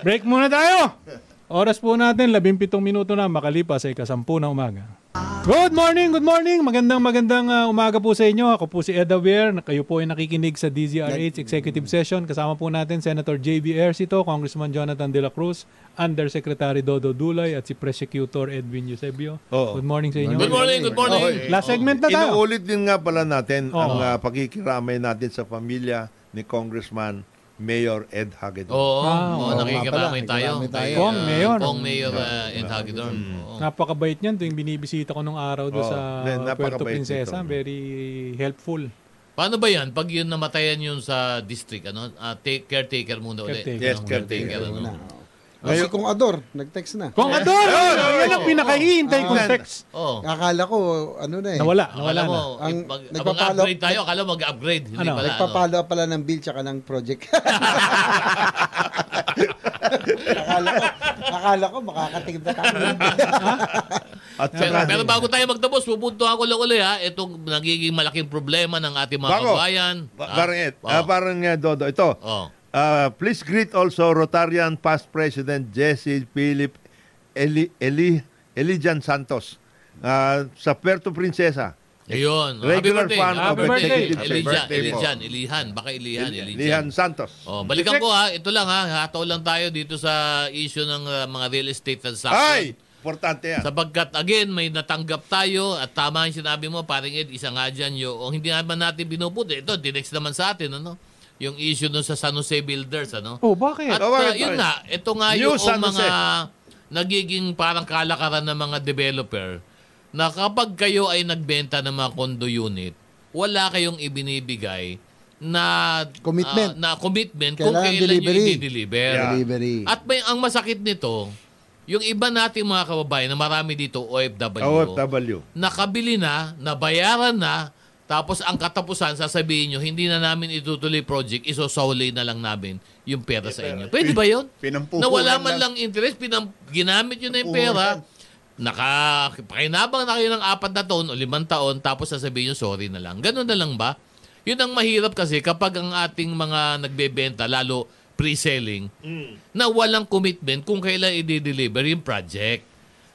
Break muna tayo! Oras po natin, 17 minuto na makalipas ay kasampu na umaga. Good morning, good morning. Magandang magandang ah, umaga po sa inyo. Ako po si Ed Aver. Kayo po ay nakikinig sa DZRH Executive Session. Kasama po natin Senator JB Ercito, Congressman Jonathan De La Cruz, Undersecretary Dodo Dulay at si Prosecutor Edwin Eusebio. Oo. Good morning sa inyo. Good morning, good morning. Oh, eh. Last segment na tayo. oh. Oh. Inuulit din nga pala natin Oo. ang ah, pakikiramay natin sa pamilya ni Congressman Mayor Ed Hagedorn. Oo, Ah, oo, oo, nakikiramay nga pala, tayo. nakikiramay tayo. Kay, Kong ah, Mayor. Kong Mayor ah, and Hagedorn. Oo. Oh. Napakabait niyan tuwing binibisita ko nung araw doon Oo, sa na- Puerto Oh. napakabait Princesa. nito. Very helpful. Paano ba yan? Pag yun namatayan yun sa district, ano? Ah, take, caretaker muna ulit. Caretaker. Yes, Ano, caretaker ano? Kasi kung Ador, nag-text na. Kung ador! Yun Oh. ang pinakahihintay Ah. kong text. Oo. Akala ko, ano na eh. Oh. Nawala, nawala Akala Oh. mo, na. ang, Ang mag, nagpapalo- abang upgrade tayo, akala mag-upgrade. Hindi Ano? pala. Nagpapalo pala ng bill tsaka ng project. akala ko, akala ko makakatingin na tayo. At Ano. Pero, saka, pero bago tayo magtapos, pupuntuhan ko lang ulit ha. Itong nagiging malaking problema ng ating mga Bago. kabayan. Ba- Ah, Oh. parang Ed, oo. ah, parang ah, Dodo, ito. Oo. Ah, please greet also Rotarian past President Jesse Philip Eli, Eli, Elijan Santos ah, sa Puerto Princesa. Ayun. Regular Happy birthday. fan Happy of birthday. Executive Happy Session. Elijah, Birthday po. Elijah, Ilihan. Baka Ilihan, Ilihan. Elijan Santos. Oh, balikan ko ha. Ito lang ha. Hataw lang tayo dito sa issue ng ah, mga real estate transaction. Ay! Importante [laughs] yan. Sabagkat again, may natanggap tayo at tama yung sinabi mo, paring Ed, isa nga dyan yung, o hindi naman natin binubuti. Ito, dinex naman sa atin, ano? yung issue dun sa San Jose Builders, ano? Oh, bakit? At Oh, uh, bakit, yun bakit? nga, ito nga New yung San mga Jose. nagiging parang kalakaran ng mga developer na kapag kayo ay nagbenta ng mga condo unit, wala kayong ibinibigay na ah, Commitment. na commitment kung Kailangan kailan delivery. nyo i-deliver. Yeah. Delivery. At may ang masakit nito, yung iba nating mga kababayan na marami dito OFW, OFW. nakabili na, nabayaran na, tapos ang katapusan, sasabihin nyo, hindi na namin itutuloy project, isosole na lang namin yung pera sa inyo. Pwede ba yun? Pinampuhunan Na wala man lang. lang interest, pinam- ginamit nyo na yung Puhunan. pera, naka, pakinabang na kayo ng apat na taon o limang taon, tapos sasabihin nyo, sorry na lang. Ganun na lang ba? Yun ang mahirap kasi kapag ang ating mga nagbebenta, lalo pre-selling, na walang commitment kung kailan i-deliver yung project.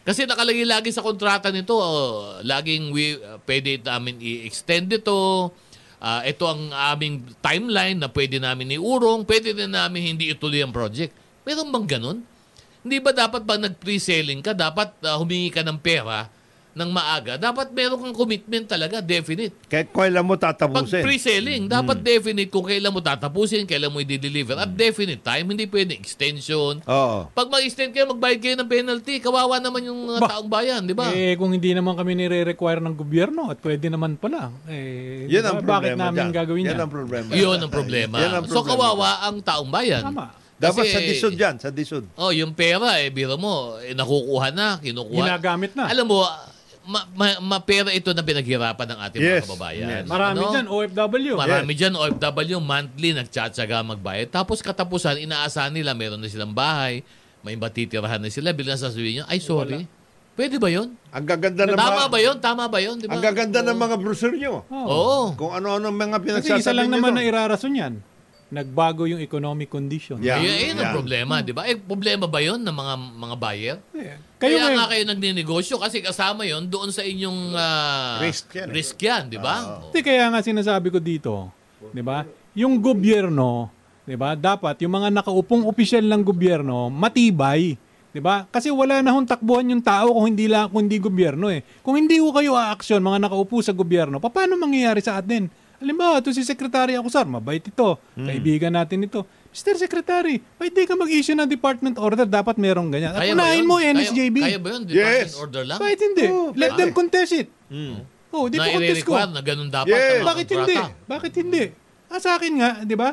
Kasi nakalagay lagi sa kontrata nito, oh, laging we, uh, pwede namin i-extend ito, Ah, ito ang aming timeline na pwede namin iurong, pwede din namin hindi ituloy ang project. Meron bang ganun? Hindi ba dapat pag nag-pre-selling ka, dapat ah, humingi ka ng pera ng maaga? Dapat meron kang commitment talaga, definite. Kahit kailan mo Pag tatapusin. pre-selling, dapat definite kung kailan mo tatapusin, kailan mo i-deliver. At definite time, hindi pwede extension. Oo. Pag mag-extend kayo, magbayad kayo ng penalty. Kawawa naman yung uh, taong bayan, di ba? Eh, kung hindi naman kami nire-require ng gobyerno at pwede naman pala. Eh, Yan di ang ba? problema Bakit namin dyan. gagawin yan? yan? ang problema. Yun ang problema. Yan ang So problema. kawawa ang taong bayan. Tama. Dapat Kasi- sa disod yan, sa disod. Oh, yung pera, eh, biro mo, eh, nakukuha na, kinukuha. Ginagamit na. Alam mo, ma- ma- ma- pera ito na pinaghirapan ng ating mga Yes. kababayan. Yes. Marami Ano? dyan, OFW. Marami dyan, OFW, monthly, nagtsatsaga magbayad. Tapos katapusan, inaasahan nila, meron na silang bahay, may matitirahan na sila, bilang sasabihin niya, ay sorry, pwede ba yun? Ang gaganda ng Tama mga, ba yun? Tama ba yun? Di ba? ang gaganda ng mga brochure nyo. Oo. Kung ano-ano ang mga Kasi pinagsasabi isa lang nyo naman doon. na irarason yan. Nagbago yung economic condition. Yeah. Ayun, ayun ang Yeah. problema, di ba? Eh, problema ba yun ng mga mga buyer? Eh, Kayo Kaya ngayon, nga kayo nagninegosyo kasi kasama yon doon sa inyong ah, Risk yan eh. risk yan, di ba? Oh. Hindi kaya nga sinasabi ko dito, 'di ba? Yung gobyerno, 'di ba? Dapat yung mga nakaupong opisyal ng gobyerno matibay, 'di ba? Kasi wala na hong takbuhan yung tao kung hindi la kung hindi gobyerno eh. Kung hindi ko kayo aaksyon mga nakaupo sa gobyerno, pa- paano mangyayari sa atin? Halimbawa, ito si Secretary ako, sir, mabait ito. Hmm. Kaibigan natin ito. Mr. Secretary, pwede ka mag-issue ng department order. Dapat merong ganyan. At Kaya ba unahin yun? mo, Kaya- NSJB. Kaya, ba yun? Yes. Yes. order lang? Oh, Hmm. Bakit hindi? Oo, Let them contest it. Oh, dito na contest ko. i-require na ganun dapat Yes. ang mga Bakit hindi? kontrata. Bakit hindi? Ah, sa akin nga, di ba?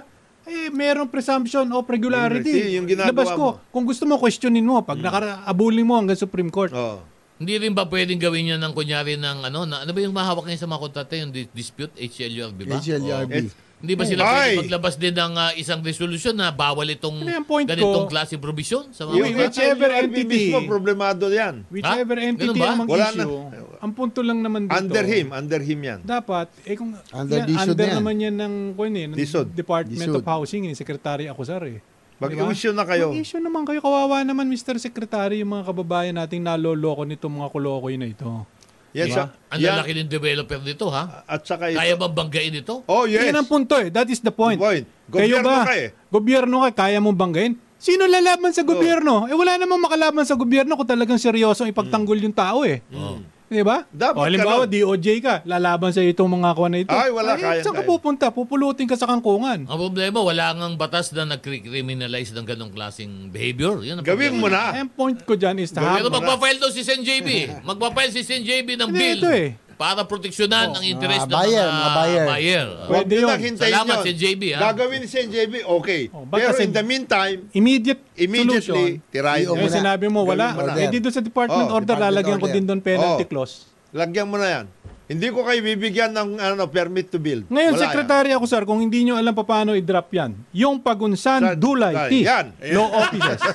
Eh, merong presumption of Regularity, regularity. yung ginagawa Labas ko, mo. Hmm. kung gusto mo, questionin mo. Pag nakaraabulin mo hanggang Supreme Court. Oo. Hindi rin ba pwedeng gawin yan ng kunyari ng ano, na, ano ba yung mahawak ngayon sa mga kontrata, yung di- dispute, HLURB ba? HLRB. Eh, Hindi ba sila Ay! pwedeng maglabas din ng ah, isang resolusyon na bawal itong Ano yung point ko? ganitong klase provision sa mga Yung- Yung Which- kontrata? whichever whichever entity entity. mismo, problemado yan. Whichever Ha? entity Ganun ba? ang Wala mag-issue, na. ang punto lang naman dito. Under him, under him yan. Dapat, eh kung Under yan, DSOD under na yan. naman yan ng, kung eh, ng DSOD. Department of DSOD. Housing, eh, Secretary Acusar eh. Mag-issue na kayo. Mag-issue naman kayo. Kawawa naman, Mr. Secretary, yung mga kababayan nating naloloko nitong mga kulokoy na ito. Yan Diba? sa, Ang yan, lalaki ng developer nito, ha? at saka ito. Kaya ba banggain ito? Oh, yes. Yan ang punto eh. That is the point. Point. Kayo Gobyerno ba? ka eh. Oh. Gobyerno ka, kaya mong banggain? Sino lalaban sa gobyerno? Eh wala namang makalaban sa gobyerno kung talagang seryoso ang ipagtanggol yung tao eh. Mm. Oh. Di ba? Dapat o halimbawa, ganun. DOJ ka, lalaban sa itong mga kuha na ito. Eh, Ay, wala, kaya, Saan ka kaya. pupunta? Pupulutin ka sa kangkungan. Ang problema, wala ngang batas na nag-criminalize ng ganong klaseng behavior. Yun ang Gawin mo problema. na. Eh, ang point ko dyan is Pero tama. magpa-file daw si Sen JB. Magpa-file si Sen JB ng Ano Hindi, bill ito eh. para proteksyonan ang interes mga ng buyer, mga mga buyer. buyer. Huwag Pwede nyo yun. lang hintayin Uh, Salamat, yun. Sen. JB, ha? Gagawin ni Sen. JB, okay. Oh, baka Pero Sen. in the meantime, Immediate immediately, solution. tirahin Yung nyo. Yung Muna. sinabi mo, wala. Gawin mo na. Eh, dito sa department Oh, order, department lalagyan ko order. din doon penalty Oh. clause. Lagyan mo na yan. Hindi ko kayo bibigyan ng ano, permit to build. Ngayon, Wala yan. sekretary ako, sir, kung hindi nyo alam pa paano i-drop yan, yung Sa- pagunsan dulay Dulay. T. Yan. Law offices. [laughs]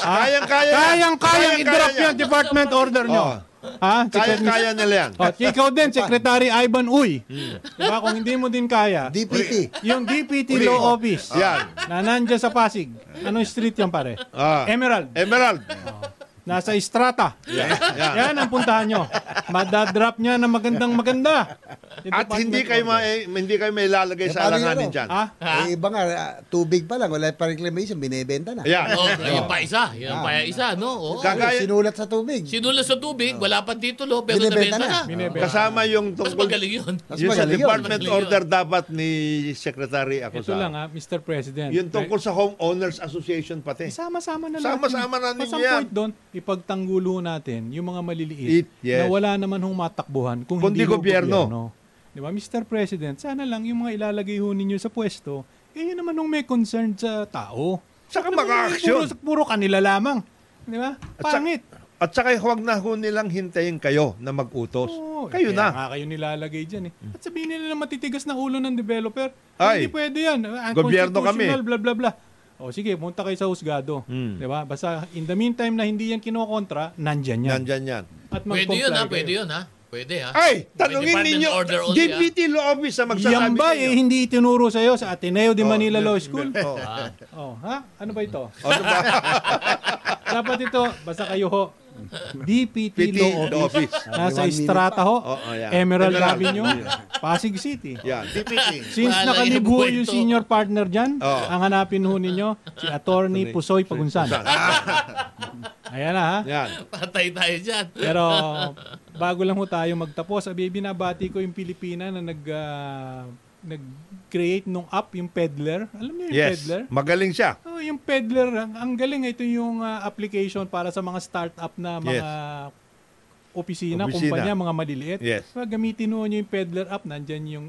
Kayang-kaya yan. Kayang-kayang Kayang-kaya i-drop yan. yan, department order nyo. Oh. Ha? Secretary- Kaya-kaya nila yan. Oh, ikaw din, Secretary Ivan Uy. Hmm. Diba? Kung hindi mo din kaya, DPT. yung DPT Uli. Law Office Ah. Yan. na nandyan sa Pasig. Anong street yan, pare? Ah. Emerald. [laughs] Emerald. Nasa Strata. Yan. Yan ang puntahan nyo. Madadrop niya na magandang maganda. At hindi kayo may, hindi kayo may Eh, lalagay sa paano yun, alanganin ano? dyan. Ha? Ha? Eh, iba nga, ah, tubig pa lang, wala pa reclamation, binebenta na. Ayan. [laughs] Oh, yun pa isa. Yun pa isa, no? Oo. Gag- Kagaya- Sinulat sa tubig. Sinula sa tubig, wala pang titulo, pero Binibenta nabenta na. na. Binebe. Kasama yung Mas tungkol magaling yun. Mas yung sa magaling yun. department Magaling yun. order dapat ni Secretary ako Ito sa. lang ah. ha, Mr. President. Yung tungkol sa Homeowners Association pati. Sama-sama na Sama-sama na At ninyo some yan. point doon, ipagtanggulo natin yung mga maliliit It- yes. na wala naman hong matakbuhan kung hindi Kundi ho gobyerno. Di ba, Mr. President, sana lang yung mga ilalagay ho ninyo sa pwesto, eh yun naman hong may concern sa tao. Saka Ano naman yung maka-action. Puro, puro kanila lamang. Di ba? saka- Pangit. At saka huwag na ho nilang hintayin kayo na mag-utos. Oo, eh, kaya kayo na. nga kayo nilalagay dyan eh. At sabihin nila na matitigas na ulo ng developer. Ay, hindi pwede yan. Ah, gobyerno kami. Unconstitutional, Bla bla bla. O sige, punta kayo sa husgado. Hmm. Di ba? Basta in the meantime na hindi yan kinokontra, nandyan yan. Nandyan yan. At [laughs] mag-comply Pwede yun, ha? kayo. Pwede yun, ha? Pwede, ha? Ay, tanungin Department ninyo, order only, ah. DPT Law Office ang Yan magsasabi ba ninyo. eh, hindi itinuro sa'yo sa Ateneo de Oh, Manila yun, Law yun. School? [laughs] Oh. Oh, ha? Ano ba ito? Ano ba? [laughs] Dapat ito, basta kayo ho. DPT PT Law Law Office. Office. Nasa One minute Estrata ho. Oo, oh, yan. Emerald Emerald. Avenue. Pasig City. Yan. [laughs] Since Wala nakalibho yung yung kwento. senior partner dyan, Oo. ang hanapin ho ninyo, si Attorney Pusoy Pagunsan. [laughs] Ayan na ha. Yan. Patay tayo dyan. Pero bago lang ho tayo magtapos, abi binabati ko yung Pilipina na nag ah, nag-create nung app yung Pedler. Alam niyo yung Yes. Pedler? Magaling siya. Oh, yung Pedler, ang, ang galing ito yung ah, application para sa mga startup na mga opisina, Opisina. kumpanya, mga maliliit. Yes. So, gamitin nyo yung Pedler app, nandyan yung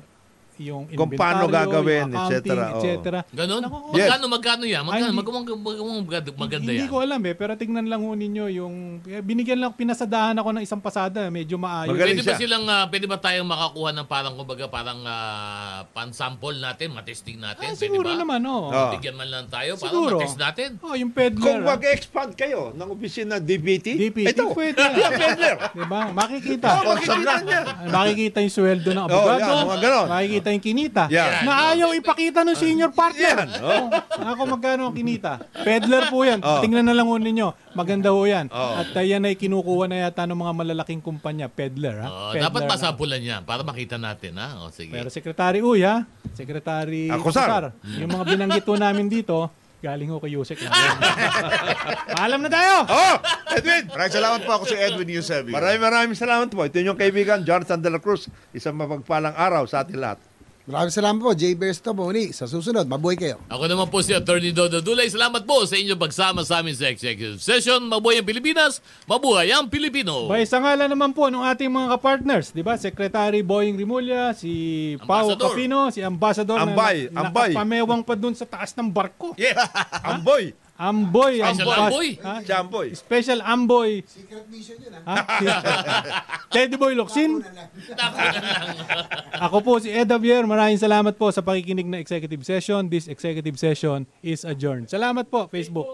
yung Kung paano gagawin, yung accounting, etc., oo. etc. Ganon? Naku, Yes. Magkano, magkano yan? Magkano, Ay, hindi- magkano, magkano, magkano, maganda Hindi yan? ko alam eh, pero tignan lang ho ninyo yung, eh, binigyan lang, pinasadahan ako ng isang pasada, medyo maayos. Eh, Magaling. Pwede ba siya. silang, ah, pwede ba tayong makakuha ng parang, kumbaga, parang ah, pan-sample natin, matesting natin? Ah, Pwede siguro ba? naman, oh. Oo. Bigyan man lang tayo, Siguro. parang matest natin. Oh, yung Pedler. Kung ah. mag-expand kayo ng opisina DPT, DPT, ito. [laughs] pwede. Yan, Pedler. Diba? Makikita. Oh, makikita niya. Makikita yung sweldo ng abogado. ah. yan, mga ganon. Makikita yung kinita. Yan. Na ayaw ipakita ng senior partner. Yan. Oh. Ako magkano ang kinita? Peddler po yan. Oh. Tingnan na lang ho ninyo. Maganda ho yan. Oh. At uh, yan ay kinukuha na yata ng mga malalaking kumpanya. Peddler. Ha? Oh, Peddler dapat na. masampulan yan para makita natin, ha? O, sige. Pero Secretary Uy ha? Secretary Ah, Kusar. Yung mga binanggit ho namin dito, galing ho kay Yusek. Paalam na tayo! Oh, Edwin. Maraming salamat po ako si Edwin Yusebi. Maraming maraming salamat po. Ito yung kaibigan, Jonathan De La Cruz. Isang mapagpalang araw sa ating lahat. Maraming salamat po, Jay Bears to po. Muli, sa susunod, mabuhay kayo. Ako naman po si Attorney Dodo Dulay. Salamat po sa inyong pagsama sa amin sa Executive Session. Mabuhay ang Pilipinas, mabuhay ang Pilipino. By sa ngalan naman po ng ating mga kapartners, di ba? Secretary Boying Rimulya, si Pao Ambassador. Capino, si Ambassador Ambay, na, na ambay. nakapamewang pa dun sa taas ng barko. Yes. Amboy. Amboy. Special ambas- Amboy. ha? Si Amboy. Special Amboy. Secret mission yun, ha? Ha? [laughs] Si- Teddy Boy Locsin. Ako po si Ed Javier. Maraming salamat po sa pakikinig na executive session. This executive session is adjourned. Salamat po, Facebook.